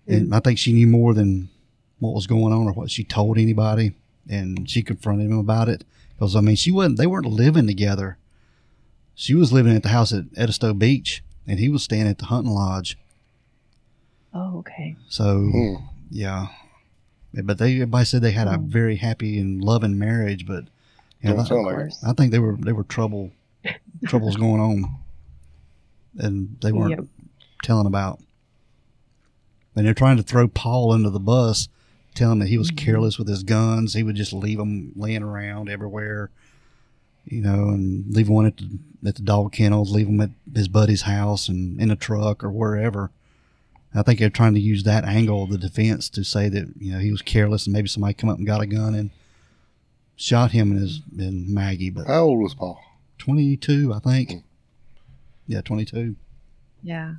and I think she knew more than what was going on or what she told anybody, and she confronted him about it because I mean she wasn't they weren't living together. She was living at the house at Edisto Beach, and he was staying at the hunting lodge. Oh, okay. So Hmm. yeah, Yeah, but they everybody said they had a very happy and loving marriage, but you know, Don't I- sound Of like it. course. I think they were they were trouble troubles going on, and they weren't Yep. telling about. And they're trying to throw Paul under the bus, telling him that he was careless with his guns. He would just leave them laying around everywhere, you know, and leave one at the, at the dog kennels, leave them at his buddy's house and in a truck or wherever. I think they're trying to use that angle of the defense to say that you know he was careless and maybe somebody come up and got a gun and shot him and his and Maggie. But How old was Paul? 22, I think. Yeah, 22. Yeah.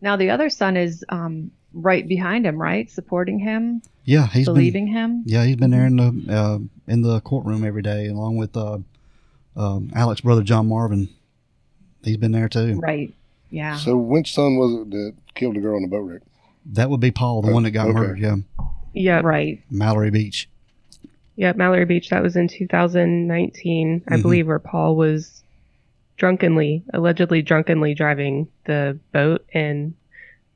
Now the other son is um, right behind him, right, supporting him, Yeah, he's believing him. been. Yeah, he's been there in the uh, in the courtroom every day, along with uh, um, Alex's brother John Marvin. He's been there too. Right. Yeah. So which son was it that killed the girl in the boat wreck? That would be Paul, the one that got Okay. murdered. Yeah, Yeah. Right. Mallory Beach. Yeah, Mallory Beach. That was in 2019, I Mhm. believe, where Paul was drunkenly, allegedly drunkenly driving the boat and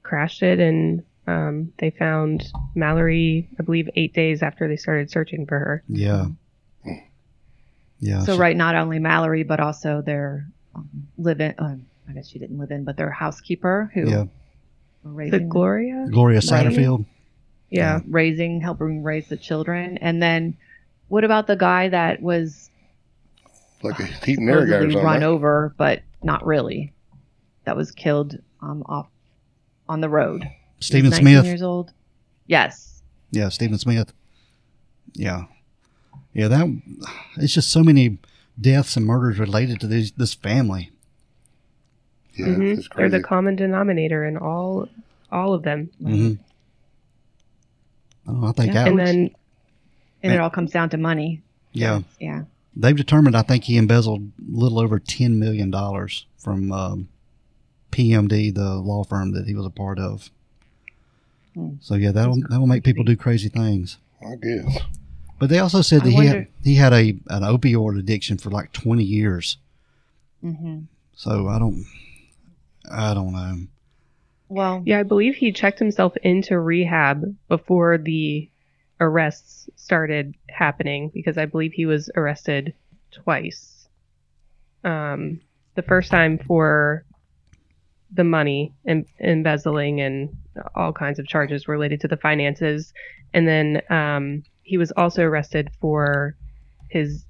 crashed it. And um, they found Mallory, I believe, eight days after they started searching for her. Yeah, yeah. So she- right, not only Mallory, but also their um, live-in. Um, I guess she didn't live in, but their housekeeper who Yeah, were The raising Gloria? Gloria Right. Satterfield. Yeah. raising, helping raise the children, and then what about the guy that was Like a heat and air guy or supposedly something. run right? over, but not really, that was killed um, off on the road? He was Stephen 19 Smith. years old. Yes. Yeah, Stephen Smith. Yeah, yeah. That it's just so many deaths and murders related to this this family. Yeah, Mhm. it's They're crazy. the common denominator in all all of them. hmm Oh, I think Yeah. Alex. And then And Man. it all comes down to money. yeah, Yeah. they've determined. I think he embezzled a little over ten million dollars from um, PMD, the law firm that he was a part of. Hmm. So yeah, that'll that'll make people do crazy things. I guess. But they also said I that he had wonder- he had a an opioid addiction for like twenty years. hmm So I don't, I don't know. Well, Yeah, I believe he checked himself into rehab before the arrests started happening because I believe he was arrested twice. Um, the first time for the money and embezzling and all kinds of charges related to the finances. And then um, he was also arrested for his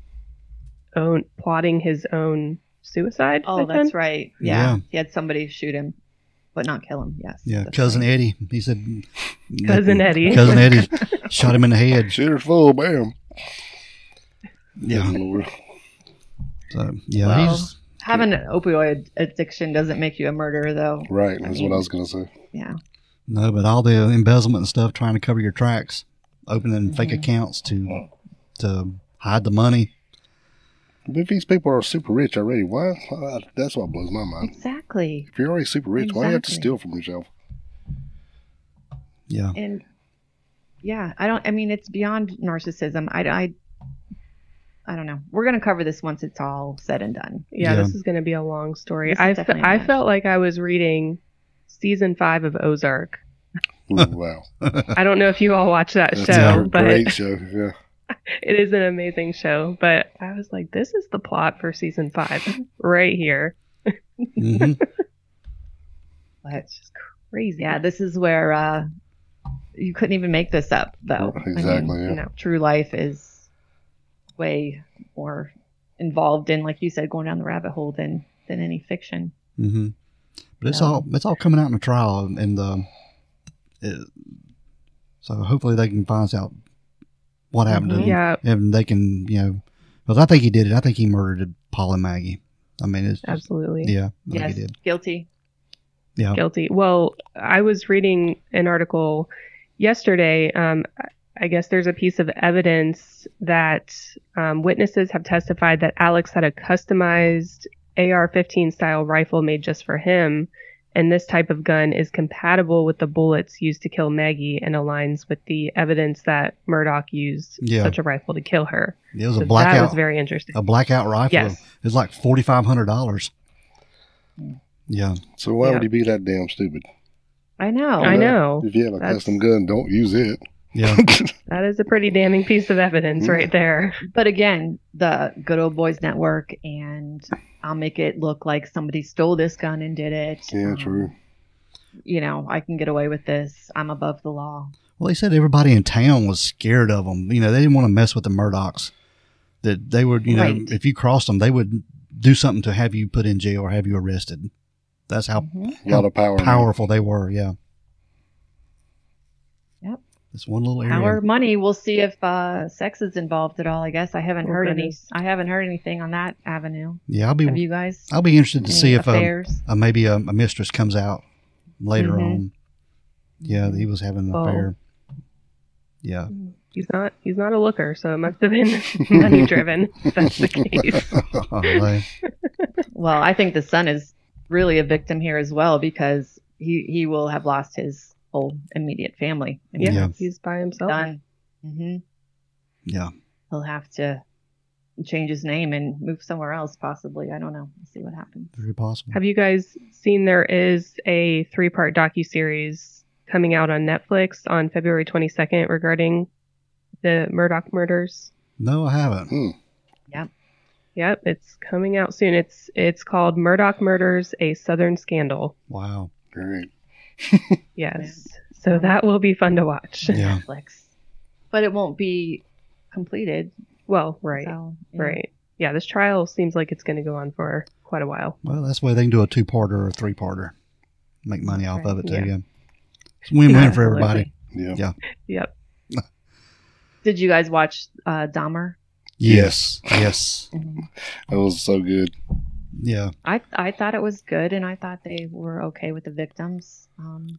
own plotting his own suicide. Oh, I that's think? right. Yeah. He had somebody shoot him, but not kill him. Yes. Yeah, that's cousin right. Eddie. He said, Cousin Eddie. Cousin Eddie shot him in the (laughs) head. Shooter's full, bam. Yeah, Lord. so, yeah, Well, he's Having an opioid addiction doesn't make you a murderer, though. (laughs) Right, I that's mean- what I was going to say. Yeah. no, but all the embezzlement and stuff, trying to cover your tracks, opening fake Mm-hmm. Mhm. accounts to to hide the money. But if these people are super rich already, why? Uh, that's what blows my mind. Exactly. If you're already super rich, why do you have to Exactly. steal from (laughs) yourself? Yeah, And yeah, I don't. I mean, it's beyond narcissism. I. I I don't know. We're going to cover this once it's all said and done. Yeah, Yeah. this is going to be a long story. This is I fe- definitely a I match. felt like I was reading season five of Ozark. Ooh, (laughs) wow. I don't know if you all watch that That's Yeah. show, a but great show. Yeah. it is an amazing show. But I was like, this is the plot for season five (laughs) right here. hmm (laughs) But Crazy. yeah, this is where uh, you couldn't even make this up, though. I mean, Exactly. yeah. No. true life is way more involved in, like you said, going down the rabbit hole than than any fiction. hmm but it's No. all it's all coming out in the trial, and um, it, so hopefully they can find out what happened to him, Mm-hmm. Yeah, and they can you know, because I think he did it. I think he murdered Paul and Maggie. I mean, it's just, absolutely. yeah, I think Yes, he did. guilty. Yeah, guilty. Well, I was reading an article yesterday. Um, I guess there's a piece of evidence that um, witnesses have testified that Alex had a customized AR 15 style rifle made just for him. And this type of gun is compatible with the bullets used to kill Maggie and aligns with the evidence that Murdoch used Yeah. such a rifle to kill her. it was a So that blackout. was very interesting. a blackout rifle. Yes. Mm. It's like forty five hundred dollars. Yeah, So why Yeah. would he be that damn stupid? I Oh, know. I know. If you have a That's- custom gun, don't use (laughs) it. yeah, That is a pretty damning piece of evidence right there. But again, the good old boys network, and I'll make it look like somebody stole this gun and did it. yeah, Um, true. You know, I can get away with this. I'm above the law. Well, they said everybody in town was scared of them. You know, they didn't want to mess with the Murdochs. That they would, you know, Right. if you crossed them, they would do something to have you put in jail or have you arrested. That's how Mhm. A lot of power. man. powerful they were. Yeah. Yep. This one little area. Our money. We'll see if uh, sex is involved at all. I guess I haven't Oh, heard goodness. any. I haven't heard anything on that avenue. Yeah, I'll Have be. you guys? I'll be interested Mm. to Any see if um, affairs. uh, maybe a, a mistress comes out later Mhm. on. Yeah, he was having an Oh. affair. (laughs) Yeah. (laughs) He's not he's not a looker, so it must have been (laughs) money driven. if That's the case. Well, I think the son is really a victim here as well because he he will have lost his whole immediate family. I mean, Yeah, Yeah. it's he's by himself. done. hmm yeah. He'll have to change his name and move somewhere else, possibly. I don't know. We'll see what happens. (laughs) Very possible. Have you guys seen there is a three part docu series coming out on Netflix on February twenty second regarding the Murdoch murders? no, I haven't. Hmm. Yep, it's coming out soon. It's it's called Murdoch Murders: A Southern Scandal. Wow. Great. Yes, so that will be fun to watch. (laughs) Yeah. Netflix, but it won't be completed. Well, right, so, you know. right. Yeah, this trial seems like it's going to go on for quite a while. Well, that's the way they can do a two parter or a three parter. Make money off of it, too. Yeah. Yeah. It's win win for Absolutely. everybody. Yeah. Yep. Did you guys watch uh, Dahmer? Yes. Yes. That was so good. Yeah. I I thought it was good, and I thought they were okay with the victims. Um,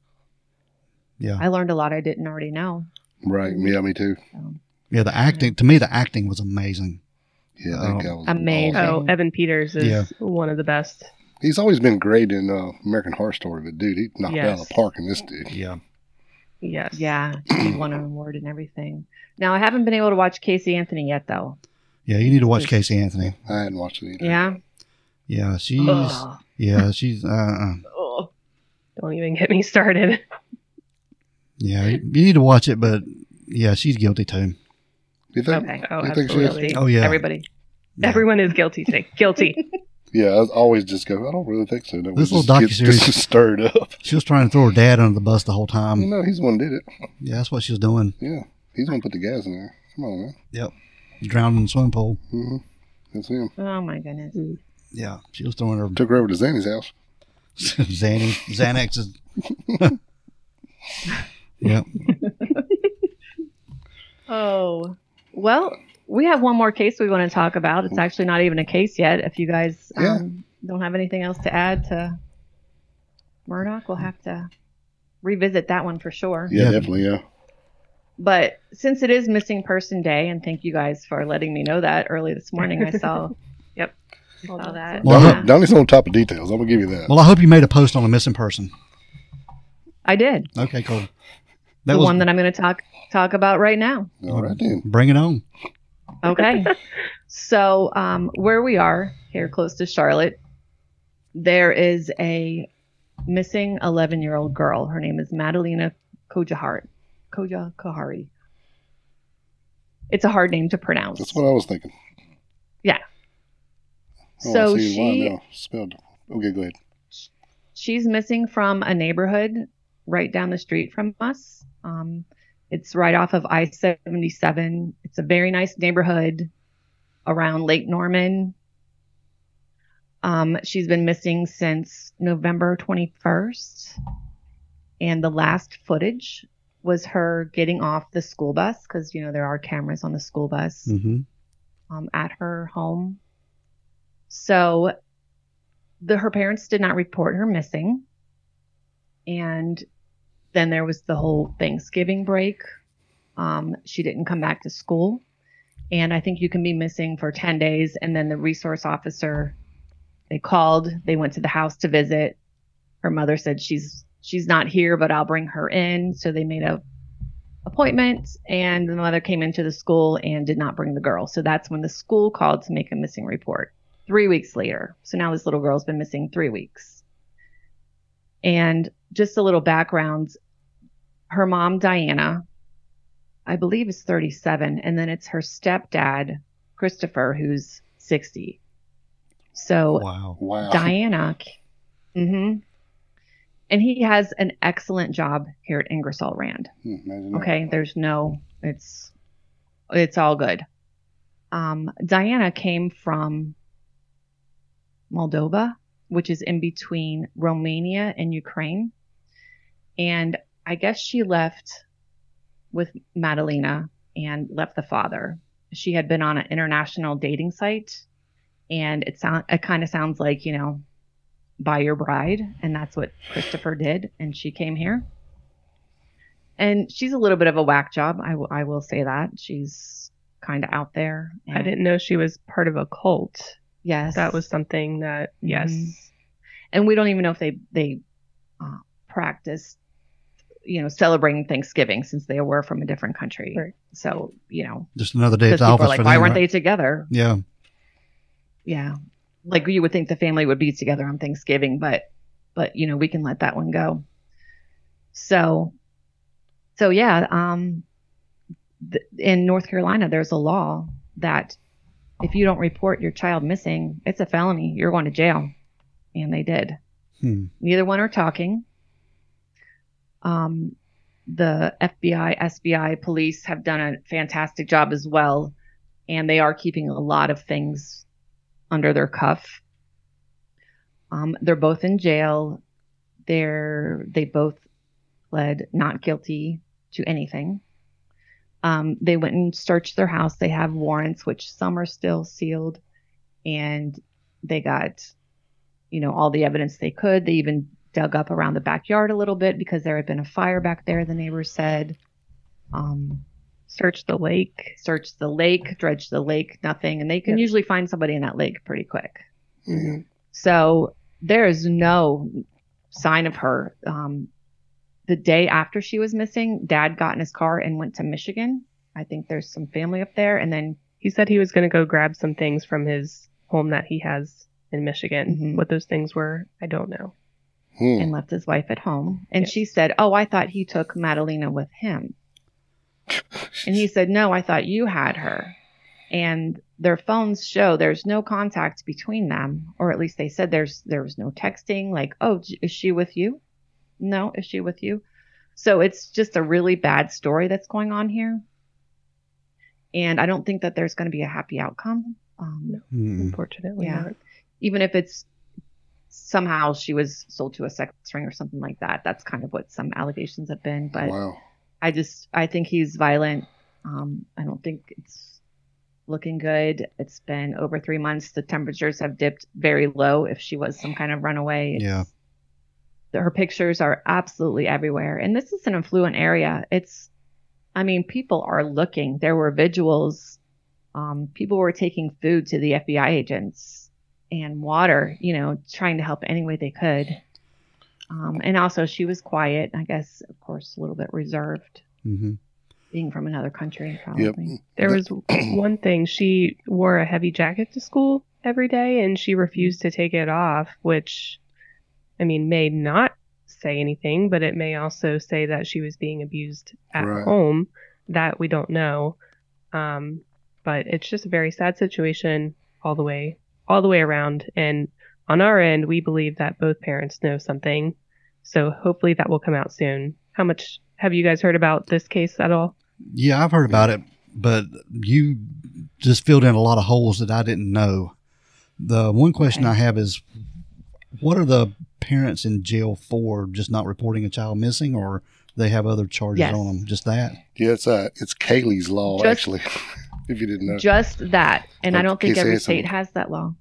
Yeah. I learned a lot I didn't already know. Right. Yeah, me too. So. Yeah. The acting, to me, the acting was amazing. Yeah, that Oh. guy was Amazing. awesome. Oh, Evan Peters is Yeah. one of the best. He's always been great in uh, American Horror Story, but dude, he knocked it out Yes. of the park in this dude. Yeah. Yes. Yeah, he won an award and everything. Now I haven't been able to watch Casey Anthony yet, though. Yeah. You need to watch Casey Anthony. I hadn't watched it either. Yeah. Yeah. She's, Ugh. yeah. She's, uh, uh Ugh. Don't even get me started. yeah. You need to watch it, but yeah, she's guilty, too. You think? Okay. Oh, (laughs) You think she is? absolutely. Oh, yeah. Everybody. Yeah. (laughs) Everyone is guilty today. Guilty. Yeah, I always just go. I don't really think so. This was little docuseries- just (laughs) stirred up. She was trying to throw her dad under the bus the whole time. You know, he's the one that did it. Yeah, that's what she was doing. Yeah, he's the one that put the gas in there. Come on, man. Drowned in the swimming pool. hmm That's him. Oh my goodness. Yeah, she was throwing her Took her over to Zanny's house. Xanny, (laughs) Xanax. Is... (laughs) yeah, Oh. Well, we have one more case we want to talk about. It's actually not even a case yet. If you guys um, Mm-hmm. Yeah. don't have anything else to add to Murdoch, we'll have to revisit that one for sure. Yeah, Yeah. definitely. Yeah. But since it is Missing Person Day, and thank you guys for letting me know that early this morning, (laughs) I saw. Yep. I saw that. Well, Yeah. I- Donnie, Donnie's on top of details. I'm gonna give you that. Well, I hope you made a post on a missing person. I did. Okay, cool. That the one that I'm going to talk talk about right now. All right then. Bring it on. Okay. so, um, where we are here close to Charlotte, there is a missing 11 year old girl. Her name is Madalena Kojahari. Koja Kohari. It's a hard name to pronounce. That's what I was thinking. Oh, I so see why she now. Spelled. Okay, go ahead. she's missing from a neighborhood right down the street from us. Um, it's right off of I 77. It's a very nice neighborhood around Lake Norman. Um, she's been missing since November 21st. And the last footage was her getting off the school bus because, you know, there are cameras on the school bus Mm-hmm. um, at her home. So the her parents did not report her missing. And then there was the whole Thanksgiving break. Um, she didn't come back to school. And I think you can be missing for 10 days. And then the resource officer, they called, they went to the house to visit. Her mother said she's she's not here, but I'll bring her in. So they made a appointment and the mother came into the school and did not bring the girl. So that's when the school called to make a missing report three weeks later. So now this little girl's been missing three weeks. And just a little background her mom, Diana, I believe is 37, and then it's her stepdad, Christopher, who's 60. So Wow. Wow. Diana. hmm And he has an excellent job here at Ingersoll Rand. Hmm, imagine that. Okay, there's no it's it's all good. Um, Diana came from Moldova, which is in between Romania and Ukraine. And I guess she left with Madalena and left the father. She had been on an international dating site and it sound it kind of sounds like, you know, buy your bride and that's what Christopher did and she came here and she's a little bit of a whack job. I, w- I will say that she's kind of out there. I and- didn't know she was part of a cult. Yes, That was something that yes. Mhm. and we don't even know if they they uh, practice, you know, celebrating Thanksgiving since they were from a different country. Right. So you know, Just another day at because the people office are like, for why them, weren't right? they together? Yeah. Yeah, like you would think the family would be together on Thanksgiving, but but you know we can let that one go. So, so yeah, um, th- in North Carolina, there's a law that if you don't report your child missing, it's a felony. You're going to jail, and they did. Hmm. Neither one are talking. Um, the FBI, SBI, police have done a fantastic job as well, and they are keeping a lot of things under their cuff. Um, they're both in jail. They're they both pled not guilty to anything. Um, they went and searched their house. They have warrants, which some are still sealed, and they got you know, all the evidence they could. They even dug up around the backyard a little bit because there had been a fire back there, the neighbors said. Um, Search the lake. searched the lake, dredged the lake, nothing. And they can Yep. usually find somebody in that lake pretty quick. Yeah. So there is no sign of her. Um, the day after she was missing, dad got in his car and went to Michigan. I think there's some family up there. And then He said he was going to go grab some things from his home that he has in Michigan. Mhm. What those things were, I don't know. Hmm. and left his wife at home. And Yes. she said, Oh, I thought he took Madalena with him. And he said, No, I thought you had her. and their phones show there's no contact between them, or at least they said there's there was no texting. Like, oh, j- is she with you? No, is she with you? So it's just a really bad story that's going on here, and I don't think that there's going to be a happy outcome. Um, Mm. Unfortunately, Yeah. not. even if it's somehow she was sold to a sex ring or something like that. That's kind of what some allegations have been. But wow. I just I think he's violent. Um, I don't think it's looking good. It's been over three months. The temperatures have dipped very low. If she was some kind of runaway, Yeah. the- her pictures are absolutely everywhere. And this is an affluent area. It's, I mean, people are looking. There were visuals. Um, people were taking food to the FBI agents and water. You know, trying to help any way they could. Um, and also, she was quiet. I guess, of course, a little bit reserved hmm being from another country, probably. Yep. There was one thing she wore a heavy jacket to school every day and she refused to take it off, which I mean may not say anything, but it may also say that she was being abused at Right. home. That we don't know. Um, but it's just a very sad situation all the way all the way around and on our end we believe that both parents know something. So hopefully that will come out soon. How much have you guys heard about this case at all? Yeah, I've heard about it, but you just filled in a lot of holes that I didn't know. The one question Okay. I have is what are the parents in jail for just not reporting a child missing or they have other charges Yes. on them? Just that? Yeah, it's uh, it's Kaylee's law Just- actually. (laughs) if you didn't know, Just that. And I Like, don't think he's every handsome. state has that law.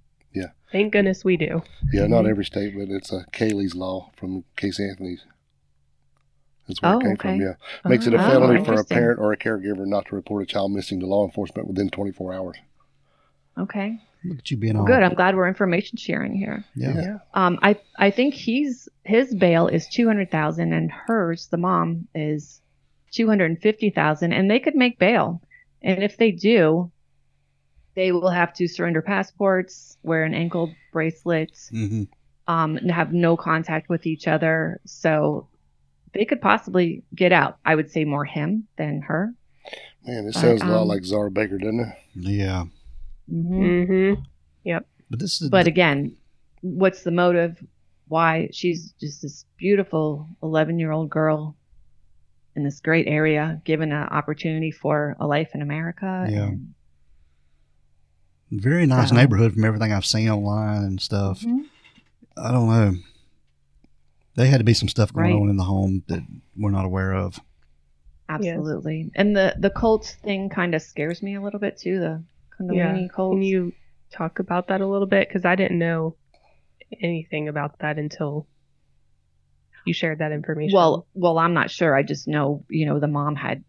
Thank goodness we do. yeah, Mm-hmm. not every state, but it's uh, Kaylee's law from Case Anthony's. That's where Oh, it came okay. from. Yeah, makes it a Oh, felony for a interesting. parent or a caregiver not to report a child missing to law enforcement within 24 hours. Okay. Look at you being all Good. I'm glad we're information sharing here. Yeah. Yeah. Um, I I think he's his bail is two hundred thousand, and hers, the mom, is two hundred and fifty thousand, and they could make bail. And if they do, they will have to surrender passports, wear an ankle bracelet, hmm um, and have no contact with each other. So they could possibly get out. I would say more him than her. Man, this But, sounds a lot um, like Zara Baker, doesn't it? Yeah. Mm-hmm. hmm But this is. But again, what's the motive? Why she's just this beautiful 11 year old girl in this great area, given an opportunity for a life in America. Yeah. and- Very nice So- neighborhood from everything I've seen online and stuff. Mm-hmm. Mhm. I don't know. They had to be some stuff going Right. on in the home that we're not aware of. Absolutely. And the, the cult thing kind of scares me a little bit too. The Kundalini cult. Can you talk about that a little bit? Because I didn't know anything about that until you shared that information. Well, well, I'm not sure. I just know, you know, the mom had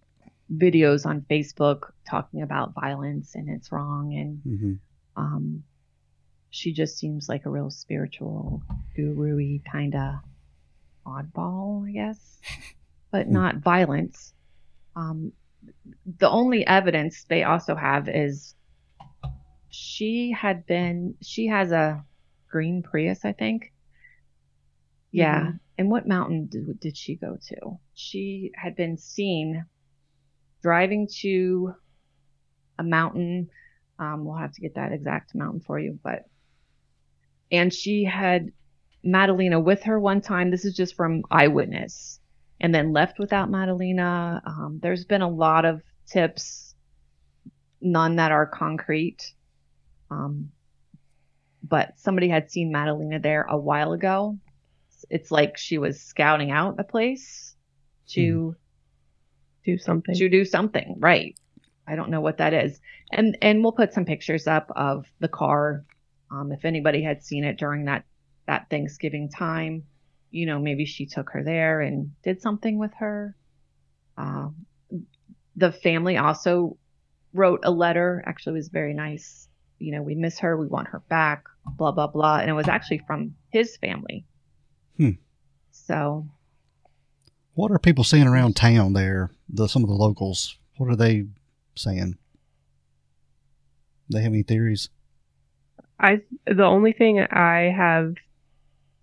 videos on Facebook talking about violence and it's wrong, and Mm-hmm. um, she just seems like a real spiritual guru-y kind of oddball, I guess, but Hmm. not violent. Um, the only evidence they also have is she had been. She has a green Prius, I think. Yeah. And what mountain did, did she go to? She had been seen driving to a mountain. Um, we'll have to get that exact mountain for you, but and she had Madalena with her one time. This is just from eyewitness, and then left without Madalena. Um, there's been a lot of tips, none that are concrete, um, but somebody had seen Madalena there a while ago. It's like she was scouting out a place to do something. to do something right i don't know what that is and and we'll put some pictures up of the car um, if anybody had seen it during that that thanksgiving time you know maybe she took her there and did something with her uh, the family also wrote a letter actually it was very nice you know we miss her we want her back blah blah blah and it was actually from his family Hmm. so What are people saying around town there? The some of the locals. What are they saying? They have any theories? I the only thing I have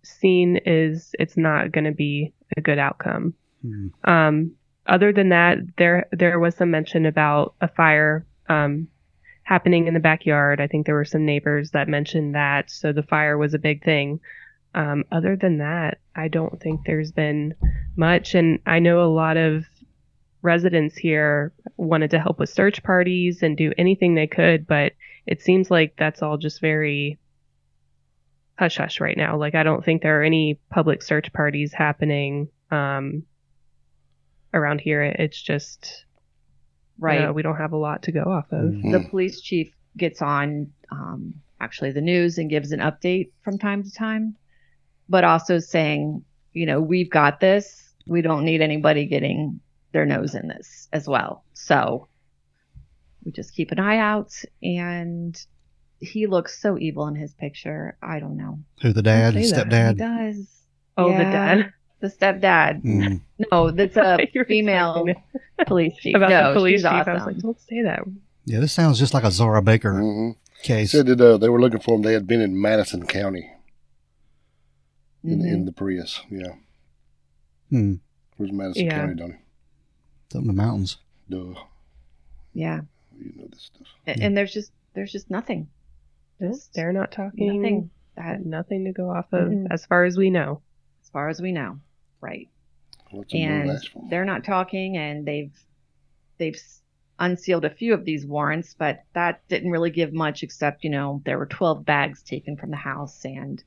seen is it's not going to be a good outcome. Hmm. Um, other than that, there there was some mention about a fire um, happening in the backyard. I think there were some neighbors that mentioned that, so the fire was a big thing. Um, other than that, I don't think there's been much, and I know a lot of residents here wanted to help with search parties and do anything they could, but it seems like that's all just very hush hush right now. Like I don't think there are any public search parties happening um, around here. It's just right? you know, we don't have a lot to go off of. Mhm. the police chief gets on um, actually the news and gives an update from time to time, but also saying, you know, we've got this. We don't need anybody getting their nose in this as well. So we just keep an eye out. And he looks so evil in his picture. I don't know. Who the dad, say that. He stepdad? does. Oh, the Yeah, dad. The stepdad. Hmm. Mm. No, that's (laughs) a You're female excited police chief. about no, the police she's chief. awesome. I was like, don't say that. Yeah, this sounds just like a Zara um, Mm. Baker hmm He case. said that uh, they were looking for him. They had been in Madison County in, Mhm. in the Prius. Yeah. Hmm. Where's Madison Yeah. County, Donnie? It's up in the mountains. Duh. yeah. You know this stuff. A- Yeah. and there's just there's just nothing just They're not talking. nothing that Nothing to go off of, Mhm. as far as we know. as far as we know right What's and a Nashville? they're not talking and they've they've s- unsealed a few of these warrants but that didn't really give much except you know there were 12 bags taken from the house and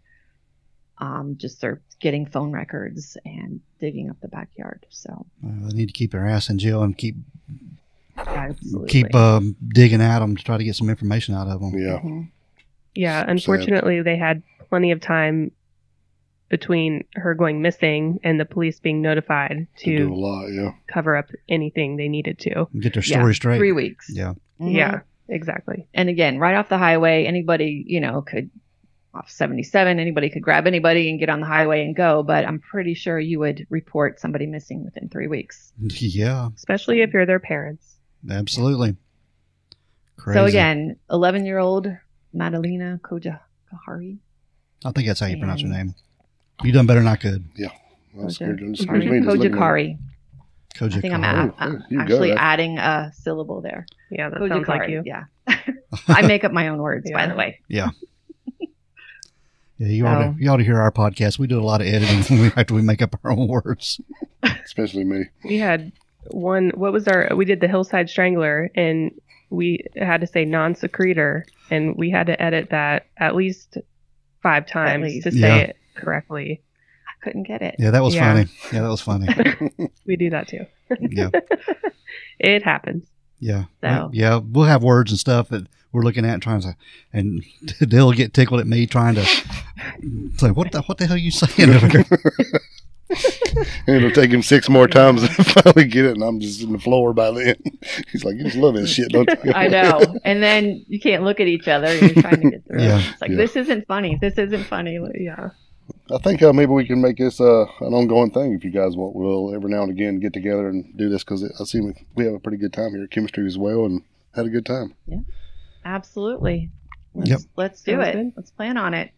um, just they're getting phone records and digging up the backyard so Uh, they need to keep their ass in jail and keep absolutely keep um, digging at them to try to get some information out of them. Yeah. Mhm. Yeah, Sad. unfortunately, they had plenty of time between her going missing and the police being notified They do a to lot. Yeah. cover up anything they needed Mm-hmm. to. Get their Yeah, story straight. three weeks Yeah. (laughs) Mhm. Yeah, exactly. and again, right off the highway, anybody, you know, could off 77, anybody could grab anybody and get on the highway and go. But I'm pretty sure you would report somebody missing within three weeks. Yeah, Especially if you're their parents. absolutely. Crazy. So again, 11 year old Madalena Koja Kahari. I think that's how you pronounce her name. You done better than I could. I'm Koja- scared. It scares me just looking at Koja it. Kari. Koja I think I'm Khan. Kahari. at, uh, You go, actually that's- adding a syllable there. Yeah, that Koja sounds like Kahari, you. (laughs) Yeah. I make up my own words, by Yeah. the way. Yeah, you ought, So- to, you ought to hear our podcast. We do a lot of editing (laughs) when we, after we make up our own words. Especially me. We had one. What was our? We did the hillside strangler, and we had to say non-secretor, and we had to edit that at least five times least. to say Yeah. it correctly. I couldn't get it. Yeah, that was Yeah. funny. Yeah, that was (laughs) funny. We do that too. Yeah, It happens. yeah, So- yeah. We'll have words and stuff that we're looking at and trying to, and (laughs) they'll get tickled at me trying to say, "What the what the hell are you saying (laughs) (laughs) over there?" And (laughs) it'll take him six more times (laughs) to finally get it, and I'm just in the floor by then. (laughs) He's like, "You just love this shit, don't you?" I know. And then you can't look at each other. You're trying (laughs) to get through. Yeah. It's like, Yeah. this isn't funny. This isn't funny. Yeah. I think uh, maybe we can make this uh, an ongoing thing if you guys want. We'll every now and again get together and do this because I see we, we have a pretty good time here, chemistry as well, and had a good time. Absolutely. Let's, Yep. let's do Sounds it. good. Let's plan on it.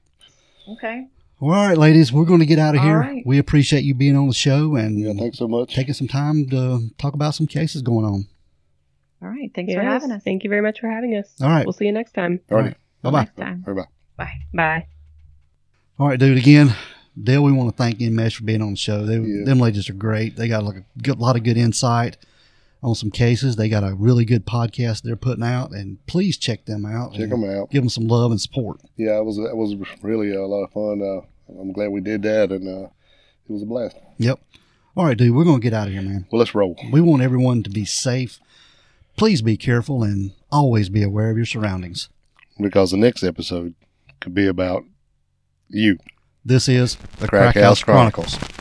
Okay. All right, ladies, we're going to get out of All here. right. We appreciate you being on the show and Yeah, thanks so much. taking some time to talk about some cases going on. All right. Thanks for Yes. having us. Thank you very much for having us. All right. We'll see you next time. All right, Bye bye. Next time. bye bye. Bye. All right, dude. Again, Dale, we want to thank NMesh for being on the show. They, Yeah. Them ladies are great. They got like a good, lot of good insight on some cases. They got a really good podcast they're putting out, and please check them out. Check and them out. Give them some love and support. Yeah, it was that was really a lot of fun. Uh, I'm glad we did that, and uh, it was a blast. Yep. All right, dude. We're gonna get out of here, man. Well, let's roll. We want everyone to be safe. Please be careful and always be aware of your surroundings. because the next episode could be about you. This is the Crack Crack, House House Chronicles.